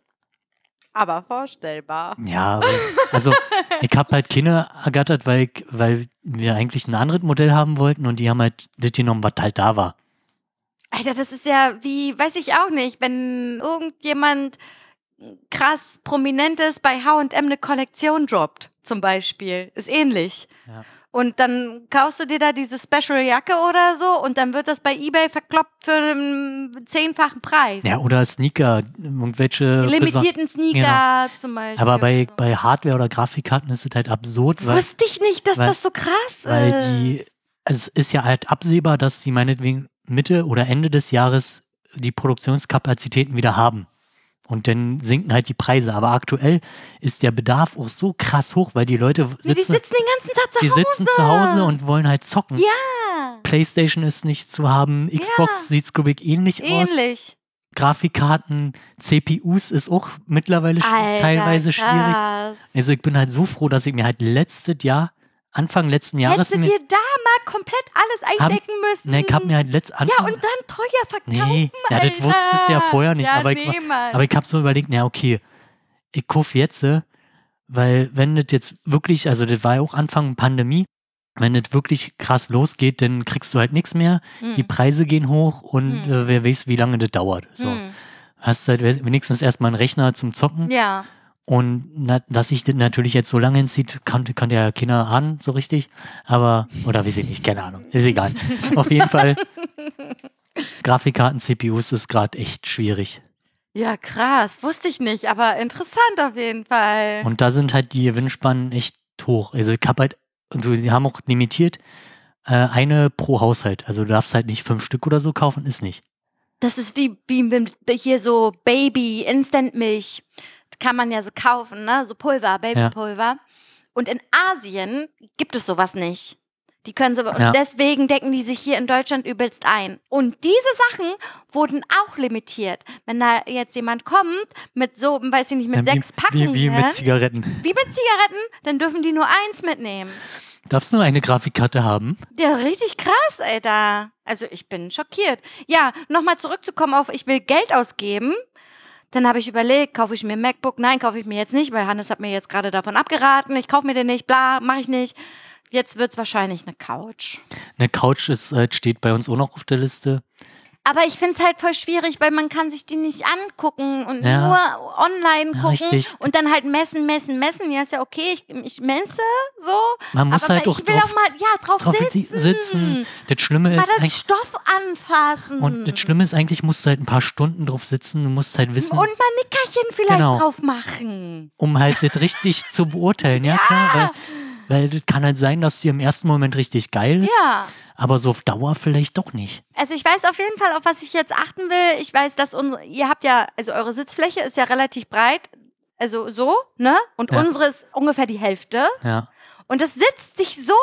[SPEAKER 1] Aber vorstellbar.
[SPEAKER 2] Ja, aber- also ich habe halt keine ergattert, weil, ich, weil wir eigentlich ein anderes Modell haben wollten und die haben halt das genommen, was halt da war.
[SPEAKER 1] Alter, das ist ja wie, weiß ich auch nicht, wenn irgendjemand krass Prominentes bei HM eine Kollektion droppt, zum Beispiel. Ist ähnlich.
[SPEAKER 2] Ja.
[SPEAKER 1] Und dann kaufst du dir da diese Special-Jacke oder so und dann wird das bei Ebay verkloppt für einen zehnfachen Preis.
[SPEAKER 2] Ja, oder Sneaker, irgendwelche. beson-
[SPEAKER 1] Limitierten Sneaker zum Beispiel.
[SPEAKER 2] genau. Aber bei,
[SPEAKER 1] oder so.
[SPEAKER 2] bei Hardware oder Grafikkarten ist es halt absurd, weil,
[SPEAKER 1] Wusste ich nicht, dass
[SPEAKER 2] weil-
[SPEAKER 1] das so krass
[SPEAKER 2] weil
[SPEAKER 1] ist.
[SPEAKER 2] die, es ist ja halt absehbar, dass sie meinetwegen Mitte oder Ende des Jahres die Produktionskapazitäten wieder haben. Und dann sinken halt die Preise. Aber aktuell ist der Bedarf auch so krass hoch, weil die Leute
[SPEAKER 1] Nee, die
[SPEAKER 2] sitzen,
[SPEAKER 1] sitzen den ganzen Tag zu
[SPEAKER 2] die
[SPEAKER 1] Hause.
[SPEAKER 2] sitzen zu Hause und wollen halt zocken.
[SPEAKER 1] Ja,
[SPEAKER 2] PlayStation ist nicht zu haben, Xbox sieht's glaube ich ähnlich, aus.
[SPEAKER 1] ähnlich.
[SPEAKER 2] Grafikkarten, CPUs ist auch mittlerweile sch-
[SPEAKER 1] Alter,
[SPEAKER 2] teilweise schwierig.
[SPEAKER 1] krass.
[SPEAKER 2] Also ich bin halt so froh, dass ich mir halt letztes Jahr, Anfang letzten Jahres,
[SPEAKER 1] Hättest du
[SPEAKER 2] mir,
[SPEAKER 1] dir da mal komplett alles eindecken müssen.
[SPEAKER 2] ne, ich hab mir halt letzt
[SPEAKER 1] ja,
[SPEAKER 2] Anfang,
[SPEAKER 1] und dann teuer verkaufen.
[SPEAKER 2] nee, ja, das
[SPEAKER 1] Alter.
[SPEAKER 2] wusstest du ja vorher nicht,
[SPEAKER 1] Ja,
[SPEAKER 2] aber,
[SPEAKER 1] nee,
[SPEAKER 2] ich,
[SPEAKER 1] Mann.
[SPEAKER 2] aber ich hab so überlegt, na okay, ich kauf jetzt, äh, weil wenn das jetzt wirklich, also das war ja auch Anfang Pandemie, wenn das wirklich krass losgeht, dann kriegst du halt nichts mehr.
[SPEAKER 1] Hm,
[SPEAKER 2] die Preise gehen hoch und
[SPEAKER 1] Hm.
[SPEAKER 2] äh, wer weiß, wie lange das dauert. So.
[SPEAKER 1] hm.
[SPEAKER 2] Hast halt we- wenigstens erstmal einen Rechner zum Zocken
[SPEAKER 1] Ja,
[SPEAKER 2] und na, dass sich das natürlich jetzt so lange hinzieht, kann, kann ja keiner ahnen, so richtig. Aber, oder weiß ich nicht, keine Ahnung, ist egal. Auf jeden Fall, Grafikkarten, CPUs ist gerade echt schwierig.
[SPEAKER 1] ja, krass. Wusste ich nicht, aber interessant auf jeden Fall.
[SPEAKER 2] Und da sind halt die Gewinnspannen echt hoch. Also ich habe halt, und die haben auch limitiert, äh, eine pro Haushalt. Also du darfst halt nicht fünf Stück oder so kaufen, ist nicht.
[SPEAKER 1] Das ist wie, wie mit- hier so Baby, Instant-Milch. Kann man ja so kaufen, ne? So Pulver, Babypulver. Und in Asien gibt es sowas nicht. Die können so,
[SPEAKER 2] Ja.
[SPEAKER 1] und deswegen decken die sich hier in Deutschland übelst ein. Und diese Sachen wurden auch limitiert. Wenn da jetzt jemand kommt mit so, weiß ich nicht, mit
[SPEAKER 2] Ja,
[SPEAKER 1] sechs Packen,
[SPEAKER 2] Ähm, Wie, wie
[SPEAKER 1] ne?
[SPEAKER 2] mit Zigaretten.
[SPEAKER 1] wie mit Zigaretten, dann dürfen die nur eins mitnehmen.
[SPEAKER 2] Darfst du nur eine Grafikkarte haben?
[SPEAKER 1] Ja, richtig krass, Alter. Also ich bin schockiert. Ja, nochmal zurückzukommen auf, ich will Geld ausgeben. Dann habe ich überlegt, kaufe ich mir ein MacBook? Nein, kaufe ich mir jetzt nicht, weil Hannes hat mir jetzt gerade davon abgeraten. Ich kaufe mir den nicht, bla, mache ich nicht. Jetzt wird's wahrscheinlich eine Couch.
[SPEAKER 2] Eine Couch ist, äh, steht bei uns auch noch auf der Liste.
[SPEAKER 1] Aber ich find's halt voll schwierig, weil man kann sich die nicht angucken und
[SPEAKER 2] Ja.
[SPEAKER 1] nur online
[SPEAKER 2] Ja,
[SPEAKER 1] gucken
[SPEAKER 2] richtig.
[SPEAKER 1] und dann halt messen, messen, messen. Ja, ist ja okay, ich, ich messe so.
[SPEAKER 2] Man muss
[SPEAKER 1] aber
[SPEAKER 2] halt
[SPEAKER 1] ich
[SPEAKER 2] auch
[SPEAKER 1] will
[SPEAKER 2] drauf,
[SPEAKER 1] auch mal ja, drauf,
[SPEAKER 2] drauf die-
[SPEAKER 1] sitzen.
[SPEAKER 2] sitzen. Das Schlimme
[SPEAKER 1] Mal
[SPEAKER 2] ist
[SPEAKER 1] den
[SPEAKER 2] eigentlich,
[SPEAKER 1] Stoff anfassen.
[SPEAKER 2] und das Schlimme ist eigentlich, musst du halt ein paar Stunden drauf sitzen. Du musst halt wissen,
[SPEAKER 1] Und mal Nickerchen vielleicht
[SPEAKER 2] Genau.
[SPEAKER 1] drauf machen.
[SPEAKER 2] um halt das richtig zu beurteilen. Ja, klar, weil, weil das kann halt sein, dass dir im ersten Moment richtig geil ist,
[SPEAKER 1] Ja.
[SPEAKER 2] aber so auf Dauer vielleicht doch nicht.
[SPEAKER 1] Also ich weiß auf jeden Fall, auf was ich jetzt achten will. Ich weiß, dass unsere, ihr habt ja, also eure Sitzfläche ist ja relativ breit. Also so, ne? Und
[SPEAKER 2] Ja.
[SPEAKER 1] unsere ist ungefähr die Hälfte.
[SPEAKER 2] Ja.
[SPEAKER 1] Und das sitzt sich so,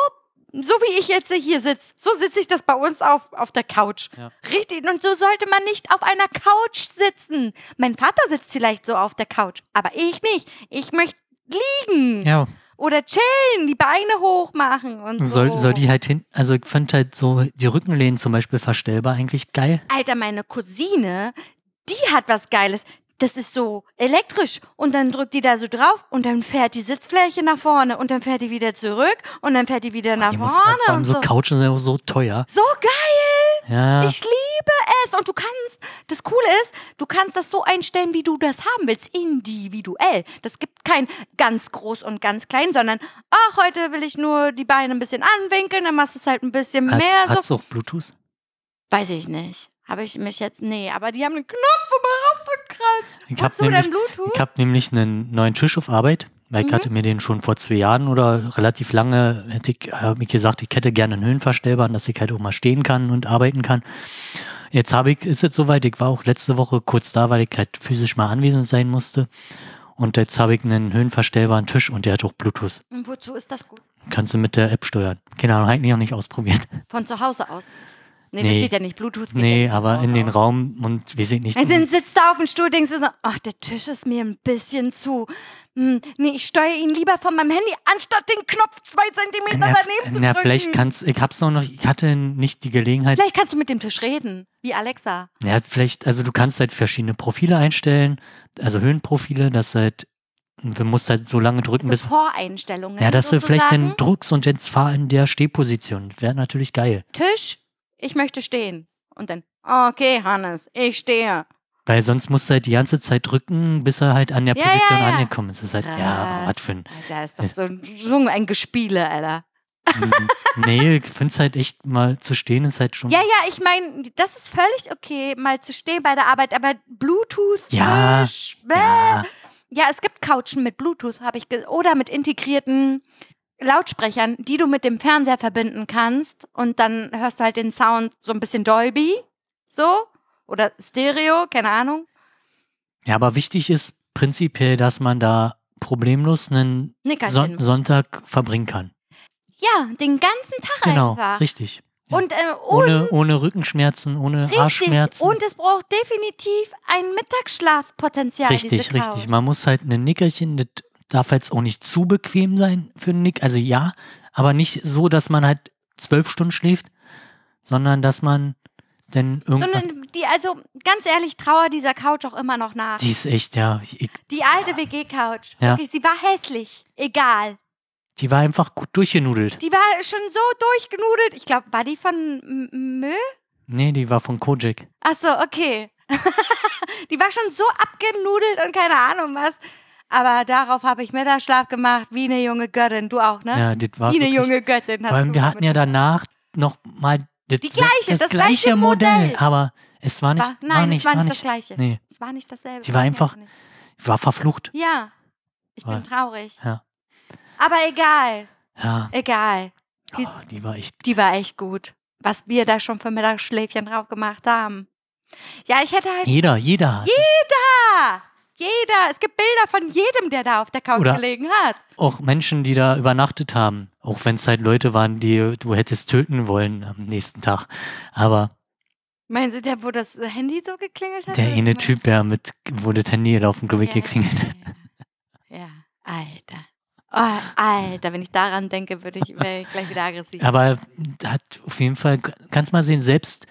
[SPEAKER 1] so wie ich jetzt hier sitze. So sitze ich das bei uns auf, auf der Couch.
[SPEAKER 2] Ja.
[SPEAKER 1] Richtig. Und so sollte man nicht auf einer Couch sitzen. Mein Vater sitzt vielleicht so auf der Couch, aber ich nicht. Ich möchte liegen
[SPEAKER 2] Ja,
[SPEAKER 1] oder chillen, die Beine hoch machen und so.
[SPEAKER 2] soll, soll die halt hin, also ich fand halt so die Rückenlehnen zum Beispiel verstellbar eigentlich geil.
[SPEAKER 1] Alter, meine Cousine, die hat was Geiles. das ist so elektrisch und dann drückt die da so drauf und dann fährt die Sitzfläche nach vorne und dann fährt die wieder zurück und dann fährt die wieder nach
[SPEAKER 2] Oh, Die muss, vor
[SPEAKER 1] vorne
[SPEAKER 2] allem
[SPEAKER 1] und
[SPEAKER 2] so
[SPEAKER 1] so.
[SPEAKER 2] Couchen sind auch so teuer.
[SPEAKER 1] So geil!
[SPEAKER 2] Ja.
[SPEAKER 1] Ich liebe es und du kannst, das Coole ist, du kannst das so einstellen, wie du das haben willst, individuell. Das gibt kein ganz groß und ganz klein, sondern, ach, heute will ich nur die Beine ein bisschen anwinkeln, dann machst du es halt ein bisschen mehr.
[SPEAKER 2] Hat's,
[SPEAKER 1] so.
[SPEAKER 2] hat's auch Bluetooth?
[SPEAKER 1] Weiß ich nicht. Habe ich mich jetzt. Nee, aber die haben einen Knopf, wo man raufdrücken kann.
[SPEAKER 2] Ich hab
[SPEAKER 1] Hast du
[SPEAKER 2] nämlich-
[SPEAKER 1] denn Bluetooth? Mhm.
[SPEAKER 2] Ich habe nämlich einen neuen Tisch auf Arbeit, weil ich hatte mir den schon vor zwei Jahren oder relativ lange, hätte ich, habe ich gesagt, ich hätte gerne einen Höhenverstellbaren, dass ich halt auch mal stehen kann und arbeiten kann. Jetzt habe ich, ist es soweit, ich war auch letzte Woche kurz da, weil ich halt physisch mal anwesend sein musste. Und jetzt habe ich einen höhenverstellbaren Tisch und der hat auch Bluetooth.
[SPEAKER 1] Und wozu ist das gut?
[SPEAKER 2] Kannst du mit der App steuern. Keine Ahnung, eigentlich noch nicht ausprobiert.
[SPEAKER 1] Von zu Hause aus. Nee,
[SPEAKER 2] Nee.
[SPEAKER 1] das geht ja nicht. Bluetooth geht ja
[SPEAKER 2] Nee,
[SPEAKER 1] nicht
[SPEAKER 2] aber
[SPEAKER 1] von
[SPEAKER 2] in
[SPEAKER 1] zu
[SPEAKER 2] den
[SPEAKER 1] Hause aus.
[SPEAKER 2] Raum und wir sind nicht.
[SPEAKER 1] Also dann sitzt da auf dem Stuhl, denkst du so, ach, der Tisch ist mir ein bisschen zu. Hm, nee, ich steuere ihn lieber von meinem Handy, anstatt den Knopf zwei Zentimeter
[SPEAKER 2] na,
[SPEAKER 1] daneben zu
[SPEAKER 2] na,
[SPEAKER 1] drücken.
[SPEAKER 2] vielleicht kannst ich hab's noch, ich hatte nicht die Gelegenheit,
[SPEAKER 1] Vielleicht kannst du mit dem Tisch reden, wie Alexa.
[SPEAKER 2] Ja, vielleicht, also du kannst halt verschiedene Profile einstellen, also Höhenprofile, dass halt, du musst halt so lange drücken,
[SPEAKER 1] So
[SPEAKER 2] bis.
[SPEAKER 1] Voreinstellungen.
[SPEAKER 2] Ja, dass du vielleicht
[SPEAKER 1] sozusagen.
[SPEAKER 2] dann drückst und jetzt fahr in der Stehposition. Wäre natürlich geil.
[SPEAKER 1] Tisch, ich möchte stehen. Und dann, okay, Hannes, ich stehe.
[SPEAKER 2] Weil sonst musst du halt die ganze Zeit drücken, bis er halt an der
[SPEAKER 1] Ja,
[SPEAKER 2] Position
[SPEAKER 1] ja, Ah. ja.
[SPEAKER 2] angekommen ist. Das ist halt, ja,
[SPEAKER 1] Krass.
[SPEAKER 2] was für ein.
[SPEAKER 1] Alter, ist doch so ein, so ein Gespiele, Alter.
[SPEAKER 2] nee, ich find's halt echt mal zu stehen, ist halt schon.
[SPEAKER 1] Ja, ja, ich meine, das ist völlig okay, mal zu stehen bei der Arbeit, aber Bluetooth,
[SPEAKER 2] Ja,
[SPEAKER 1] Fisch, bäh.
[SPEAKER 2] ja.
[SPEAKER 1] ja, es gibt Couchen mit Bluetooth, habe ich ge- oder mit integrierten Lautsprechern, die du mit dem Fernseher verbinden kannst und dann hörst du halt den Sound so ein bisschen Dolby, so oder Stereo, keine Ahnung.
[SPEAKER 2] ja, aber wichtig ist prinzipiell, dass man da problemlos einen
[SPEAKER 1] Nickerchen.
[SPEAKER 2] Son Sonntag verbringen kann.
[SPEAKER 1] ja, den ganzen Tag
[SPEAKER 2] Genau,
[SPEAKER 1] einfach.
[SPEAKER 2] richtig. ja.
[SPEAKER 1] Und, äh, und
[SPEAKER 2] Ohne, ohne Rückenschmerzen, ohne
[SPEAKER 1] Richtig.
[SPEAKER 2] Haarschmerzen.
[SPEAKER 1] Und es braucht definitiv ein Mittagsschlafpotenzial. diese
[SPEAKER 2] Richtig,
[SPEAKER 1] Couch.
[SPEAKER 2] richtig. Man muss halt ein Nickerchen, das darf jetzt auch nicht zu bequem sein für einen Nick. Also ja, aber nicht so, dass man halt zwölf Stunden schläft, sondern dass man dann irgendwann.
[SPEAKER 1] Sondern die, also ganz ehrlich, trauer dieser Couch auch immer noch nach. Die,
[SPEAKER 2] die ist echt, ja. Ich,
[SPEAKER 1] alte WG-Couch.
[SPEAKER 2] Ja.
[SPEAKER 1] Okay, sie war hässlich. Egal.
[SPEAKER 2] die war einfach gut durchgenudelt.
[SPEAKER 1] Die war schon so durchgenudelt. Ich glaube, war die von M- M- Mö?
[SPEAKER 2] Nee, die war von Kojak.
[SPEAKER 1] Achso, okay. die war schon so abgenudelt und keine Ahnung was. Aber darauf habe ich Mittagsschlaf gemacht, wie eine junge Göttin. Du auch, ne?
[SPEAKER 2] Ja, das war.
[SPEAKER 1] wie eine
[SPEAKER 2] wirklich-
[SPEAKER 1] junge Göttin. hast
[SPEAKER 2] Vor allem,
[SPEAKER 1] du
[SPEAKER 2] wir hatten ja
[SPEAKER 1] mitgemacht.
[SPEAKER 2] danach nochmal das,
[SPEAKER 1] Die gleiche, das gleiche Modell.
[SPEAKER 2] Aber es war nicht.
[SPEAKER 1] War- nein, es
[SPEAKER 2] nicht,
[SPEAKER 1] war nicht
[SPEAKER 2] nicht
[SPEAKER 1] das gleiche.
[SPEAKER 2] Nee,
[SPEAKER 1] Es war nicht dasselbe.
[SPEAKER 2] Sie war einfach-
[SPEAKER 1] nicht.
[SPEAKER 2] war verflucht.
[SPEAKER 1] Ja. Ich
[SPEAKER 2] Weil-
[SPEAKER 1] bin traurig.
[SPEAKER 2] Ah, Ja.
[SPEAKER 1] Aber egal.
[SPEAKER 2] Ja,
[SPEAKER 1] Egal. Die-
[SPEAKER 2] oh, die war echt.
[SPEAKER 1] Die war echt gut. Was wir da schon für Mittagsschläfchen drauf gemacht haben. Ja, ich hätte halt.
[SPEAKER 2] Jeder, jeder. hat
[SPEAKER 1] Ja, jeder. Es gibt Bilder von jedem, der da auf der Couch
[SPEAKER 2] Oder-
[SPEAKER 1] gelegen hat.
[SPEAKER 2] auch Menschen, die da übernachtet haben. Auch wenn es halt Leute waren, die du hättest töten wollen am nächsten Tag. Aber
[SPEAKER 1] Meinen Sie, der, wo das Handy so geklingelt hat?
[SPEAKER 2] der
[SPEAKER 1] Oder
[SPEAKER 2] eine
[SPEAKER 1] was?
[SPEAKER 2] Typ, der mit, wo das Handy laufen
[SPEAKER 1] Ja,
[SPEAKER 2] gewickelt geklingelt hat.
[SPEAKER 1] Ja, ja. ja, Alter. Oh, Alter, wenn ich daran denke, würde ich, wäre ich gleich wieder aggressiv.
[SPEAKER 2] Aber hat auf jeden Fall, kannst mal sehen, selbst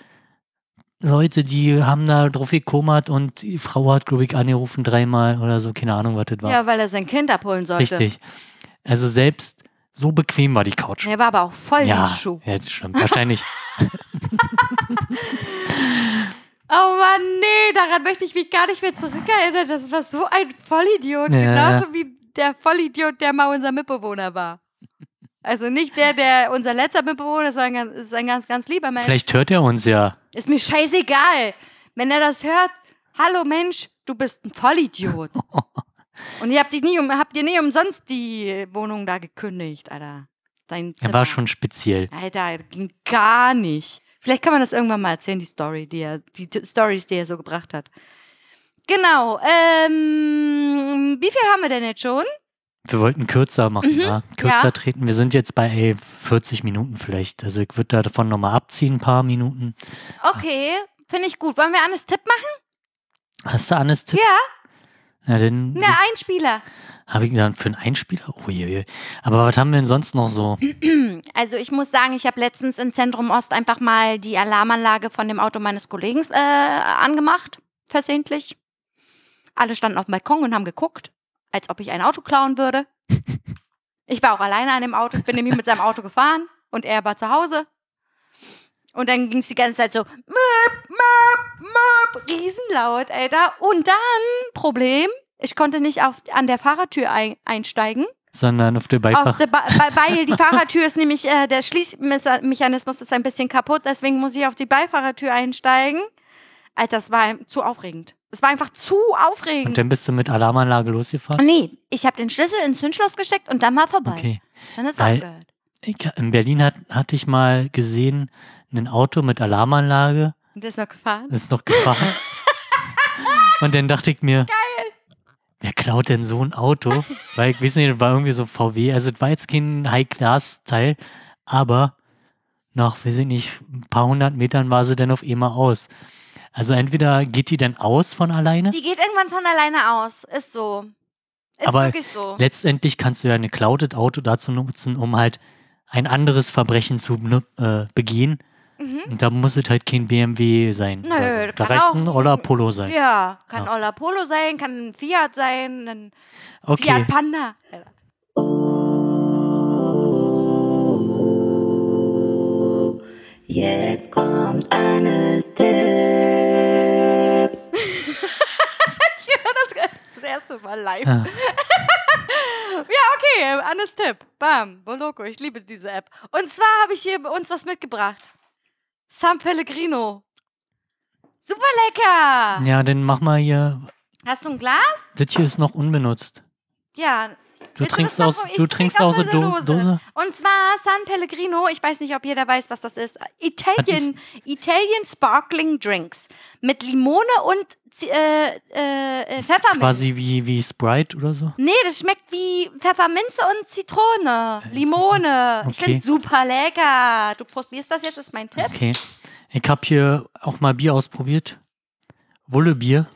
[SPEAKER 2] Leute, die haben da drauf gekommert und die Frau hat, glaube ich, angerufen dreimal oder so, keine Ahnung, was das war.
[SPEAKER 1] Ja, weil er sein Kind abholen sollte.
[SPEAKER 2] Richtig. Also selbst so bequem war die Couch.
[SPEAKER 1] Er war aber auch voll
[SPEAKER 2] ja,
[SPEAKER 1] im Schuh.
[SPEAKER 2] ja, das stimmt. Wahrscheinlich.
[SPEAKER 1] Oh Mann, nee, daran möchte ich mich gar nicht mehr zurückerinnern. Das war so ein Vollidiot.
[SPEAKER 2] Ja.
[SPEAKER 1] Genauso wie der Vollidiot, der mal unser Mitbewohner war. Also nicht der, der unser letzter Mitbewohner ist, sondern ganz- ist ein ganz, ganz lieber Mensch.
[SPEAKER 2] Vielleicht hört er uns ja.
[SPEAKER 1] Ist mir scheißegal. Wenn er das hört, hallo Mensch, du bist ein Vollidiot. Und ihr habt, dich nie um, habt ihr nie umsonst die Wohnung da gekündigt, Alter. Dein
[SPEAKER 2] Er
[SPEAKER 1] Zimmer.
[SPEAKER 2] war schon speziell.
[SPEAKER 1] Alter, ging gar nicht. Vielleicht kann man das irgendwann mal erzählen, die Story, die er, die T- Stories, die er so gebracht hat. Genau. Ähm, wie viel haben wir denn jetzt schon?
[SPEAKER 2] Wir wollten kürzer machen,
[SPEAKER 1] Mhm,
[SPEAKER 2] ja. Kürzer
[SPEAKER 1] ja.
[SPEAKER 2] treten. Wir sind jetzt bei ey, 40 Minuten vielleicht. Also ich würde davon nochmal abziehen, ein paar Minuten.
[SPEAKER 1] Okay, finde ich gut. Wollen wir Annes Tipp machen?
[SPEAKER 2] Hast du Annes Tipp?
[SPEAKER 1] Ja.
[SPEAKER 2] Na, dann
[SPEAKER 1] Ne, Einspieler.
[SPEAKER 2] habe ich dann für einen Einspieler. Oh Uiuiui. Aber was haben wir denn sonst noch so?
[SPEAKER 1] Also ich muss sagen, ich habe letztens im Zentrum Ost einfach mal die Alarmanlage von dem Auto meines Kollegen äh, angemacht, versehentlich. Alle standen auf dem Balkon und haben geguckt, als ob ich ein Auto klauen würde. Ich war auch alleine an dem Auto. Ich bin nämlich mit seinem Auto gefahren und er war zu Hause. Und dann ging es die ganze Zeit so, möp, möp, möp, riesenlaut, Alter. Und dann, Problem, ich konnte nicht auf, an der Fahrertür ein, einsteigen.
[SPEAKER 2] sondern auf der
[SPEAKER 1] Auf
[SPEAKER 2] Beifahrer.
[SPEAKER 1] der ba Be- weil die Fahrertür ist nämlich, äh, der Schließmechanismus ist ein bisschen kaputt, deswegen muss ich auf die Beifahrertür einsteigen. Alter, das war ein- zu aufregend. Es war einfach zu
[SPEAKER 2] Und
[SPEAKER 1] aufregend.
[SPEAKER 2] dann bist du mit Alarmanlage losgefahren?
[SPEAKER 1] Nee, ich habe den Schlüssel ins Zündschloss gesteckt und dann war vorbei.
[SPEAKER 2] Okay.
[SPEAKER 1] Dann ist es
[SPEAKER 2] Weil-
[SPEAKER 1] aufgehört.
[SPEAKER 2] Ich, in Berlin hat, hatte ich mal gesehen, ein Auto mit Alarmanlage
[SPEAKER 1] Und der ist noch gefahren.
[SPEAKER 2] ist noch gefahren. Und dann dachte ich mir, wer klaut denn so ein Auto? Weil ich weiß nicht, das war irgendwie so VW. Also, es war jetzt kein High-Class-Teil, aber nach, weiß ich nicht, ein paar hundert Metern war sie dann auf einmal aus. Also, entweder geht die dann aus von alleine.
[SPEAKER 1] Die geht irgendwann von alleine aus. Ist so. Ist
[SPEAKER 2] Aber
[SPEAKER 1] wirklich so.
[SPEAKER 2] Letztendlich kannst du ja ein geklautes Auto dazu nutzen, um halt ein anderes Verbrechen zu ne- äh, begehen.
[SPEAKER 1] Mhm.
[SPEAKER 2] Und da muss es halt kein BMW sein.
[SPEAKER 1] Nö,
[SPEAKER 2] oder so. Da
[SPEAKER 1] kann
[SPEAKER 2] reicht
[SPEAKER 1] auch-
[SPEAKER 2] ein Oller Polo sein.
[SPEAKER 1] Ja, kann
[SPEAKER 2] Ja.
[SPEAKER 1] Ola Polo sein, kann ein Fiat sein, ein
[SPEAKER 2] okay.
[SPEAKER 1] Fiat Panda.
[SPEAKER 3] Jetzt kommt Annes Tipp.
[SPEAKER 1] Das erste Mal live.
[SPEAKER 2] Ja.
[SPEAKER 1] Okay, Annes Tipp. Bam, Boloco, ich liebe diese App. Und zwar habe ich hier bei uns was mitgebracht. San Pellegrino. Super lecker.
[SPEAKER 2] ja, dann mach mal hier.
[SPEAKER 1] Hast du ein Glas?
[SPEAKER 2] Das hier ist noch unbenutzt.
[SPEAKER 1] Ah, Ja.
[SPEAKER 2] Du
[SPEAKER 1] Willst
[SPEAKER 2] trinkst
[SPEAKER 1] das
[SPEAKER 2] aus,
[SPEAKER 1] noch- ich
[SPEAKER 2] du
[SPEAKER 1] trink
[SPEAKER 2] trinkst aus der Do
[SPEAKER 1] Dose.
[SPEAKER 2] Dose.
[SPEAKER 1] Und zwar San Pellegrino, ich weiß nicht, ob jeder weiß, was das ist.
[SPEAKER 2] Hat dies-
[SPEAKER 1] Italien, Italian Sparkling Drinks mit Limone und Z- äh, äh, äh, Pfefferminz.
[SPEAKER 2] Quasi wie, wie Sprite oder so.
[SPEAKER 1] Nee, das schmeckt wie Pfefferminze und Zitrone, Limone. Ich
[SPEAKER 2] Äh, Okay.
[SPEAKER 1] finde super lecker. Du probierst das jetzt, ist mein Tipp.
[SPEAKER 2] Okay. Ich habe hier auch mal Bier ausprobiert. Wullebier.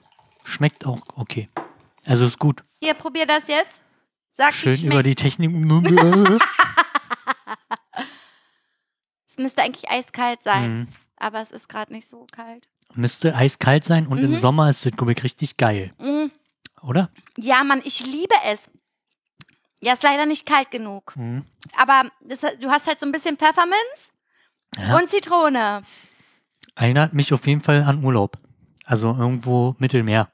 [SPEAKER 2] Schmeckt auch okay. Also ist gut.
[SPEAKER 1] Hier, probier das jetzt. Sag, wie
[SPEAKER 2] Schön
[SPEAKER 1] es
[SPEAKER 2] über
[SPEAKER 1] schmeckt.
[SPEAKER 2] die Technik.
[SPEAKER 1] Es müsste eigentlich eiskalt sein,
[SPEAKER 2] Mhm.
[SPEAKER 1] aber es ist gerade nicht so kalt.
[SPEAKER 2] Müsste eiskalt sein und im
[SPEAKER 1] Mhm.
[SPEAKER 2] Sommer ist das Gummick richtig geil,
[SPEAKER 1] Mm.
[SPEAKER 2] oder?
[SPEAKER 1] Ja, Mann, ich liebe es. Ja, ist leider nicht kalt genug.
[SPEAKER 2] Mhm.
[SPEAKER 1] Aber das, du hast halt so ein bisschen Pfefferminz
[SPEAKER 2] Ja.
[SPEAKER 1] und Zitrone.
[SPEAKER 2] Erinnert mich auf jeden Fall an Urlaub. Also irgendwo Mittelmeer.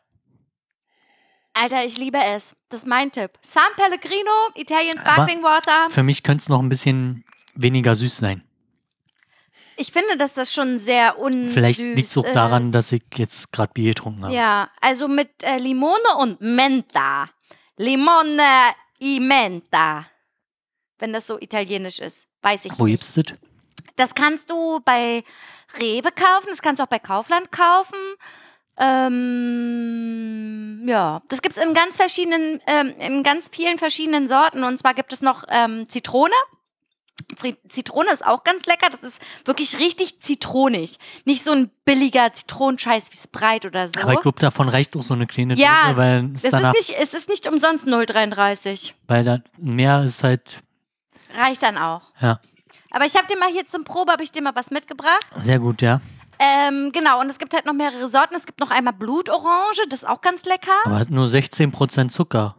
[SPEAKER 1] Alter, ich liebe es. Das ist mein Tipp. San Pellegrino, Italian
[SPEAKER 2] Aber-
[SPEAKER 1] Sparkling Water.
[SPEAKER 2] Für mich könnte es noch ein bisschen weniger süß sein.
[SPEAKER 1] Ich finde, dass das schon sehr un.
[SPEAKER 2] Vielleicht liegt es auch daran, dass ich jetzt gerade Bier getrunken habe.
[SPEAKER 1] Ja, also mit äh, Limone und Menta. Limone e Menta. Wenn das so italienisch ist. Weiß ich
[SPEAKER 2] Wo
[SPEAKER 1] nicht.
[SPEAKER 2] gibt's das?
[SPEAKER 1] Das kannst du bei Rewe kaufen, das kannst du auch bei Kaufland kaufen. Ähm, ja, das gibt's in ganz verschiedenen, ähm, in ganz vielen verschiedenen Sorten. Und zwar gibt es noch ähm, Zitrone. Zit- Zitrone ist auch ganz lecker. Das ist wirklich richtig zitronig. Nicht so ein billiger Zitronenscheiß wie Sprite oder so.
[SPEAKER 2] Aber ich glaube, davon reicht auch so eine kleine
[SPEAKER 1] Ja,
[SPEAKER 2] Dose, weil es
[SPEAKER 1] das ist
[SPEAKER 2] danach,
[SPEAKER 1] nicht, es ist nicht umsonst 0,33.
[SPEAKER 2] weil da mehr ist halt,
[SPEAKER 1] Reicht dann auch.
[SPEAKER 2] ja,
[SPEAKER 1] Aber ich habe dir mal hier zum Probe, habe ich dir mal was mitgebracht.
[SPEAKER 2] sehr gut, ja.
[SPEAKER 1] Ähm, genau, und es gibt halt noch mehrere Sorten. Es gibt noch einmal Blutorange, das ist auch ganz lecker.
[SPEAKER 2] Aber hat nur 16% Zucker.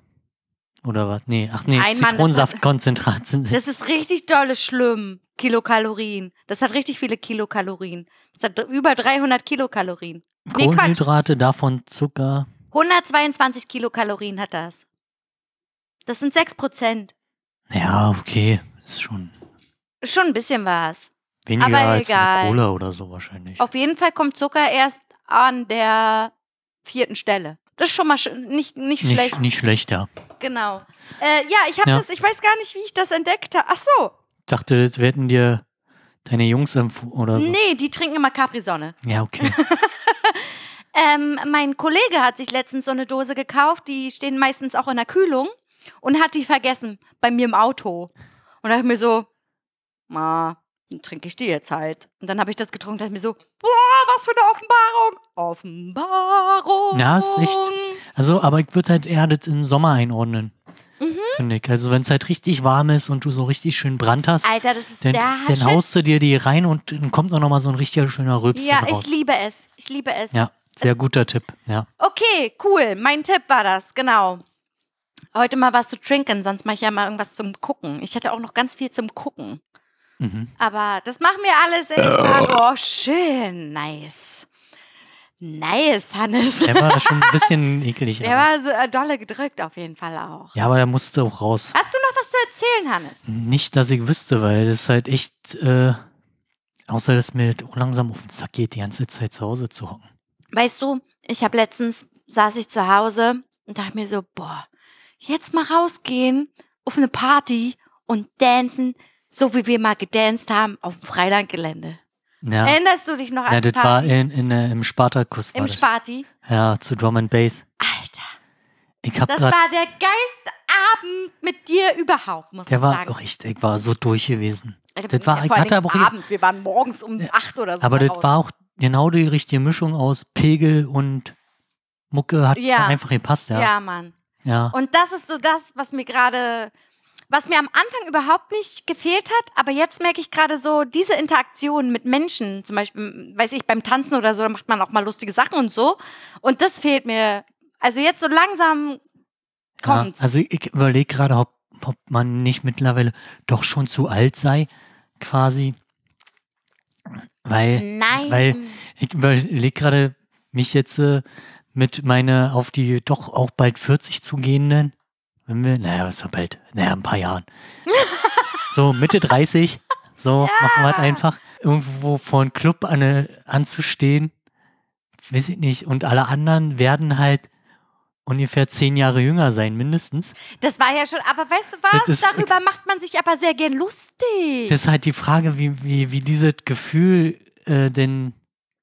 [SPEAKER 2] Oder was? Nee, ach nee,
[SPEAKER 1] Ein Mann, das hat-
[SPEAKER 2] Zitronensaftkonzentrat sind
[SPEAKER 1] Das ist richtig dolle schlimm. Kilokalorien. Das hat richtig viele Kilokalorien. Das hat über 300 Kilokalorien. Nee, Quatsch.
[SPEAKER 2] Kohlenhydrate, davon Zucker.
[SPEAKER 1] 122 Kilokalorien hat das. Das sind 6 Prozent.
[SPEAKER 2] Ja, okay, ist schon
[SPEAKER 1] Schon ein bisschen was.
[SPEAKER 2] weniger
[SPEAKER 1] Aber
[SPEAKER 2] als
[SPEAKER 1] egal.
[SPEAKER 2] eine Cola oder so wahrscheinlich.
[SPEAKER 1] Auf jeden Fall kommt Zucker erst an der vierten Stelle. Das ist schon mal sch nicht, nicht schlecht.
[SPEAKER 2] nicht, nicht schlecht, ja.
[SPEAKER 1] Genau. Äh, ja, ich habe
[SPEAKER 2] Ja.
[SPEAKER 1] das, ich weiß gar nicht, wie ich das entdeckt habe. Ach so.
[SPEAKER 2] Dachte, das werden dir deine Jungs empfohlen oder so.
[SPEAKER 1] Nee, die trinken immer Capri-Sonne.
[SPEAKER 2] Ja, okay.
[SPEAKER 1] Ähm, mein Kollege hat sich letztens so eine Dose gekauft, die stehen meistens auch in der Kühlung und hat die vergessen bei mir im Auto. Und da hab ich mir so, na, dann trinke ich die jetzt halt. Und dann habe ich das getrunken und dachte mir so, boah, was für eine Offenbarung. Offenbarung.
[SPEAKER 2] Ja, ist echt. Also, aber ich würde halt eher das im Sommer einordnen.
[SPEAKER 1] Mhm.
[SPEAKER 2] Finde ich. Also, wenn es halt richtig warm ist und du so richtig schön Brand hast,
[SPEAKER 1] Alter, das ist
[SPEAKER 2] dann,
[SPEAKER 1] der
[SPEAKER 2] dann
[SPEAKER 1] Shit.
[SPEAKER 2] haust du dir die rein und dann kommt auch nochmal so ein richtiger schöner Rülps
[SPEAKER 1] Ja, ich
[SPEAKER 2] raus.
[SPEAKER 1] liebe es. Ich liebe es.
[SPEAKER 2] Ja. Sehr guter Tipp, ja.
[SPEAKER 1] Okay, cool. Mein Tipp war das, genau. Heute mal was zu trinken, sonst mache ich ja mal irgendwas zum Gucken. Ich hatte auch noch ganz viel zum Gucken.
[SPEAKER 2] Mhm.
[SPEAKER 1] Aber das machen wir alles echt. Oh, schön. Nice. Nice, Hannes.
[SPEAKER 2] Der war schon ein bisschen eklig.
[SPEAKER 1] Der
[SPEAKER 2] aber.
[SPEAKER 1] war so äh, dolle gedrückt auf jeden Fall auch.
[SPEAKER 2] Ja, aber der musste auch raus.
[SPEAKER 1] Hast du noch was zu erzählen, Hannes?
[SPEAKER 2] Nicht, dass ich wüsste, weil das ist halt echt, äh, außer dass mir das auch langsam auf den Sack geht, die ganze Zeit zu Hause zu hocken.
[SPEAKER 1] Weißt du, ich habe letztens, saß ich zu Hause und dachte mir so, boah, jetzt mal rausgehen auf eine Party und dancen, so wie wir mal gedanced haben auf dem Freilandgelände.
[SPEAKER 2] Ja,
[SPEAKER 1] Erinnerst du dich noch an
[SPEAKER 2] ja
[SPEAKER 1] die
[SPEAKER 2] das war
[SPEAKER 1] Party?
[SPEAKER 2] in, in, äh, im Spartakus. War
[SPEAKER 1] im
[SPEAKER 2] das.
[SPEAKER 1] Sparti?
[SPEAKER 2] ja, zu Drum and Bass.
[SPEAKER 1] Alter,
[SPEAKER 2] Ich hab
[SPEAKER 1] das
[SPEAKER 2] grad,
[SPEAKER 1] war der geilste Abend mit dir überhaupt, muss
[SPEAKER 2] der
[SPEAKER 1] ich
[SPEAKER 2] war
[SPEAKER 1] sagen.
[SPEAKER 2] auch echt, ich war so durch gewesen.
[SPEAKER 1] Alter,
[SPEAKER 2] das war-
[SPEAKER 1] vor
[SPEAKER 2] ich
[SPEAKER 1] allen
[SPEAKER 2] hatte
[SPEAKER 1] Dingen
[SPEAKER 2] aber auch-
[SPEAKER 1] Abend, wir waren morgens um
[SPEAKER 2] Ja,
[SPEAKER 1] acht oder so.
[SPEAKER 2] Aber das
[SPEAKER 1] raus.
[SPEAKER 2] war auch genau die richtige Mischung aus Pegel und Mucke hat
[SPEAKER 1] Ja.
[SPEAKER 2] einfach gepasst, ja.
[SPEAKER 1] ja, Mann.
[SPEAKER 2] ja.
[SPEAKER 1] Und das ist so das, was mir gerade, was mir am Anfang überhaupt nicht gefehlt hat, aber jetzt merke ich gerade so diese Interaktion mit Menschen, zum Beispiel, weiß ich, beim Tanzen oder so, da macht man auch mal lustige Sachen und so. Und das fehlt mir. Also jetzt so langsam
[SPEAKER 2] Ja,
[SPEAKER 1] kommt's.
[SPEAKER 2] also ich überlege gerade, ob, ob man nicht mittlerweile doch schon zu alt sei, quasi. Weil,
[SPEAKER 1] Nein.
[SPEAKER 2] weil ich überlege gerade, mich jetzt äh, mit meine auf die doch auch bald 40 zugehenden, wenn wir, naja, was ist ja bald, naja, ein paar Jahren. so Mitte 30, so machen wir halt einfach. Irgendwo vor einem Club an, anzustehen, weiß ich nicht. Und alle anderen werden halt ungefähr zehn Jahre jünger sein, mindestens.
[SPEAKER 1] das war ja schon, aber weißt du was?
[SPEAKER 2] Das ist-
[SPEAKER 1] Darüber macht man sich aber sehr gern lustig.
[SPEAKER 2] Das ist halt die Frage, wie, wie, wie dieses Gefühl äh, denn.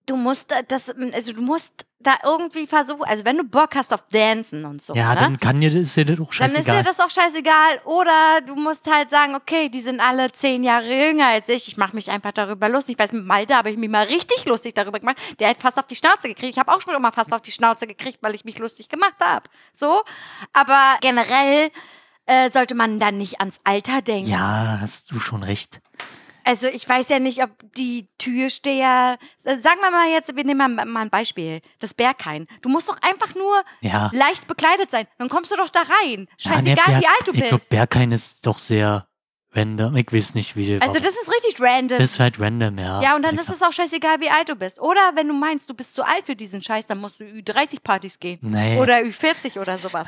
[SPEAKER 1] du musst da- das, also du musst da irgendwie versuchen, also wenn du Bock hast auf Dancen und so.
[SPEAKER 2] ja,
[SPEAKER 1] ne?
[SPEAKER 2] dann kann dir das, ist dir das auch
[SPEAKER 1] Dann ist dir
[SPEAKER 2] scheißegal.
[SPEAKER 1] das auch scheißegal. Oder du musst halt sagen, okay, die sind alle zehn Jahre jünger als ich. Ich mache mich einfach darüber lustig. Ich weiß, mit Malta habe ich mich mal richtig lustig darüber gemacht. Der hat fast auf die Schnauze gekriegt. Ich habe auch schon mal fast auf die Schnauze gekriegt, weil ich mich lustig gemacht habe. So. Aber generell äh, sollte man dann nicht ans Alter denken.
[SPEAKER 2] ja, hast du schon recht.
[SPEAKER 1] Also ich weiß ja nicht, ob die Türsteher. Äh, Sagen wir mal jetzt, wir nehmen mal, mal ein Beispiel. Das Berghain. Du musst doch einfach nur
[SPEAKER 2] Ja.
[SPEAKER 1] leicht bekleidet sein. Dann kommst du doch da rein. Scheißegal,
[SPEAKER 2] Ja, ne,
[SPEAKER 1] wie
[SPEAKER 2] Berg-
[SPEAKER 1] alt du
[SPEAKER 2] Ich
[SPEAKER 1] bist.
[SPEAKER 2] glaube, Berghain ist doch sehr random. Ich weiß nicht, wie der
[SPEAKER 1] Also das ist richtig random.
[SPEAKER 2] das ist halt random, ja.
[SPEAKER 1] ja, und dann ist es auch scheißegal, wie alt du bist. Oder wenn du meinst, du bist zu alt für diesen Scheiß, dann musst du Ü30-Partys gehen.
[SPEAKER 2] Nee.
[SPEAKER 1] Oder Ü40 oder sowas.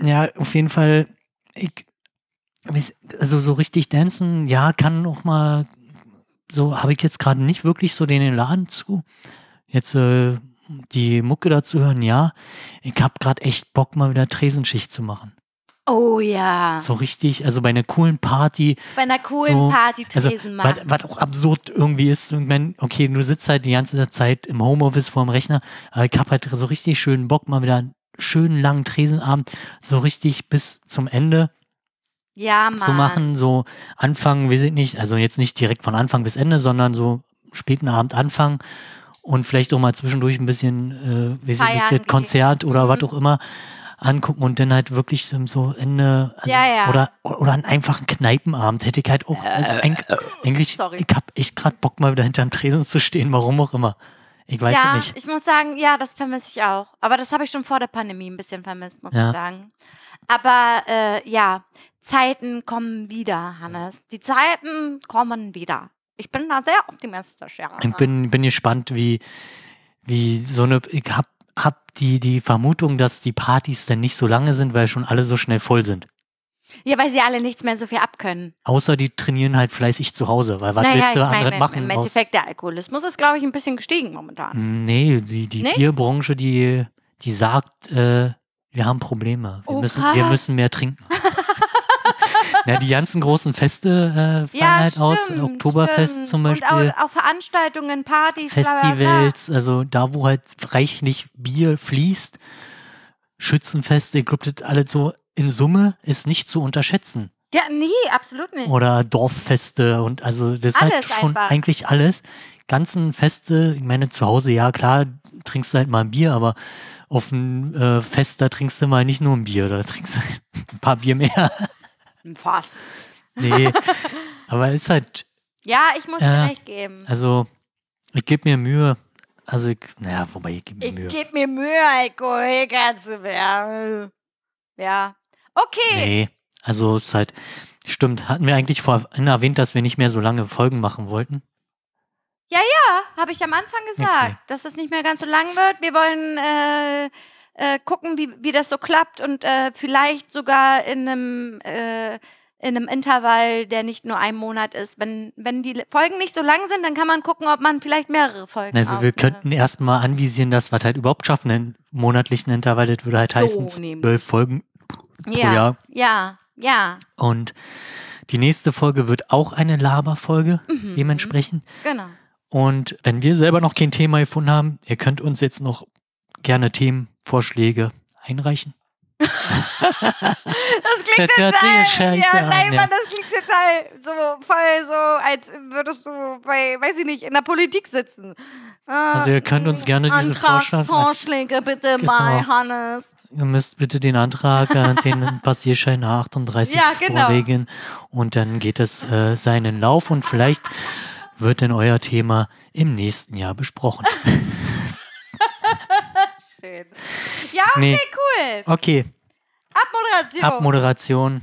[SPEAKER 2] ja, auf jeden Fall. Ich, weiß- also so richtig dancen, ja, kann auch mal. So habe ich jetzt gerade nicht wirklich so den Laden zu. Jetzt äh, die Mucke dazu hören, ja. Ich habe gerade echt Bock, mal wieder Tresenschicht zu machen.
[SPEAKER 1] Oh ja.
[SPEAKER 2] So richtig, also bei einer coolen Party,
[SPEAKER 1] Bei einer coolen
[SPEAKER 2] so-
[SPEAKER 1] Party
[SPEAKER 2] Also,
[SPEAKER 1] Tresen
[SPEAKER 2] was
[SPEAKER 1] machen.
[SPEAKER 2] was auch absurd irgendwie ist, ich mein, okay, du sitzt halt die ganze Zeit im Homeoffice vorm Rechner, aber ich hab halt so richtig schönen Bock, mal wieder einen schönen langen Tresenabend, so richtig bis zum Ende
[SPEAKER 1] ja, Mann.
[SPEAKER 2] zu machen, so Anfang, weiß ich nicht, also jetzt nicht direkt von Anfang bis Ende, sondern so späten Abend anfangen und vielleicht auch mal zwischendurch ein bisschen, äh, weiß ich
[SPEAKER 1] Feiern
[SPEAKER 2] nicht,
[SPEAKER 1] gehen.
[SPEAKER 2] das Konzert oder
[SPEAKER 1] Mhm.
[SPEAKER 2] was auch immer angucken und dann halt wirklich ähm, so Ende also
[SPEAKER 1] Ja, ja.
[SPEAKER 2] oder oder einen einfachen Kneipenabend hätte ich halt auch also eig- eigentlich
[SPEAKER 1] äh, Sorry.
[SPEAKER 2] ich hab echt gerade Bock mal wieder hinterm Tresen zu stehen warum auch immer ich weiß
[SPEAKER 1] ja,
[SPEAKER 2] es nicht
[SPEAKER 1] ich muss sagen, ja, das vermisse ich auch. Aber das habe ich schon vor der Pandemie ein bisschen vermisst, muss
[SPEAKER 2] Ja.
[SPEAKER 1] ich sagen. Aber äh, ja, Zeiten kommen wieder, Hannes. Die Zeiten kommen wieder. Ich bin da sehr optimistisch, ja.
[SPEAKER 2] ich bin bin gespannt wie wie so eine ich hab hab die die Vermutung dass die Partys dann nicht so lange sind weil schon alle so schnell voll sind
[SPEAKER 1] Ja, weil sie alle nichts mehr so viel abkönnen.
[SPEAKER 2] außer die trainieren halt fleißig zu Hause weil was willst du anderes machen
[SPEAKER 1] im
[SPEAKER 2] Hm. aus,
[SPEAKER 1] Endeffekt, der Alkoholismus ist, glaube ich, ein bisschen gestiegen momentan.
[SPEAKER 2] nee die die
[SPEAKER 1] Nicht?
[SPEAKER 2] Bierbranche die die sagt äh, wir haben Probleme. Wir,
[SPEAKER 1] Oh,
[SPEAKER 2] müssen, wir
[SPEAKER 1] krass.
[SPEAKER 2] müssen mehr trinken. Na, die ganzen großen Feste äh, fallen halt aus.
[SPEAKER 1] stimmt,
[SPEAKER 2] Oktoberfest
[SPEAKER 1] stimmt.
[SPEAKER 2] zum Beispiel,
[SPEAKER 1] Und auch, auch Veranstaltungen, Partys, Bla bla bla.
[SPEAKER 2] Festivals, also da, wo halt reichlich Bier fließt. Schützenfeste, ich glaube, das alles so in Summe ist nicht zu unterschätzen.
[SPEAKER 1] Ja, nee, absolut nicht.
[SPEAKER 2] Oder Dorffeste und also das ist halt
[SPEAKER 1] Alles
[SPEAKER 2] schon
[SPEAKER 1] einfach.
[SPEAKER 2] eigentlich alles. Ganzen Feste, ich meine, zu Hause, ja klar, trinkst du halt mal ein Bier, aber auf ein äh, Fest, da trinkst du mal nicht nur ein Bier, da trinkst du halt ein paar Bier mehr.
[SPEAKER 1] Hm, Fast.
[SPEAKER 2] Nee. aber ist halt,
[SPEAKER 1] Ja, ich muss
[SPEAKER 2] Ja.
[SPEAKER 1] dir recht geben.
[SPEAKER 2] also ich gebe mir Mühe, Also, ich- naja, wobei ich gebe
[SPEAKER 1] Ich
[SPEAKER 2] mir Mühe.
[SPEAKER 1] geb mir Mühe, Alkohol kannst du werden. Ja. Okay.
[SPEAKER 2] Nee, also es ist halt, stimmt, hatten wir eigentlich vorhin erwähnt, dass wir nicht mehr so lange Folgen machen wollten.
[SPEAKER 1] Ja, habe ich am Anfang gesagt,
[SPEAKER 2] Okay.
[SPEAKER 1] dass das nicht mehr ganz so lang wird. Wir wollen äh, äh, gucken, wie, wie das so klappt und äh, vielleicht sogar in einem, äh, in einem Intervall, der nicht nur ein Monat ist. Wenn, wenn die Folgen nicht so lang sind, dann kann man gucken, ob man vielleicht mehrere Folgen
[SPEAKER 2] Also wir
[SPEAKER 1] aufnimmt.
[SPEAKER 2] könnten erstmal anvisieren, dass wir es halt überhaupt schaffen, in monatlichen Intervall, das würde halt
[SPEAKER 1] So
[SPEAKER 2] heißen,
[SPEAKER 1] nämlich.
[SPEAKER 2] zwölf Folgen pro
[SPEAKER 1] ja,
[SPEAKER 2] Jahr.
[SPEAKER 1] Ja, ja,
[SPEAKER 2] Und die nächste Folge wird auch eine Laberfolge,
[SPEAKER 1] Mhm,
[SPEAKER 2] dementsprechend.
[SPEAKER 1] genau.
[SPEAKER 2] Und wenn wir selber noch kein Thema gefunden haben, ihr könnt uns jetzt noch gerne Themenvorschläge einreichen.
[SPEAKER 1] Das klingt
[SPEAKER 2] Das hört
[SPEAKER 1] total.
[SPEAKER 2] sich scheiße
[SPEAKER 1] ja, nein,
[SPEAKER 2] an, ja.
[SPEAKER 1] Mann, das klingt total so voll so, als würdest du bei, weiß ich nicht, in der Politik sitzen. Äh,
[SPEAKER 2] Also ihr könnt uns gerne diese Vorschlag-
[SPEAKER 1] Antragsvorschläge bitte mal,
[SPEAKER 2] Genau.
[SPEAKER 1] Hannes.
[SPEAKER 2] Ihr müsst bitte den Antrag an den Passierschein A38
[SPEAKER 1] Ja, genau.
[SPEAKER 2] vorlegen und dann geht es äh, seinen Lauf und vielleicht wird dann euer Thema im nächsten Jahr besprochen.
[SPEAKER 1] Schön. Ja, okay,
[SPEAKER 2] Nee.
[SPEAKER 1] cool.
[SPEAKER 2] Okay,
[SPEAKER 1] Abmoderation.
[SPEAKER 2] Abmoderation.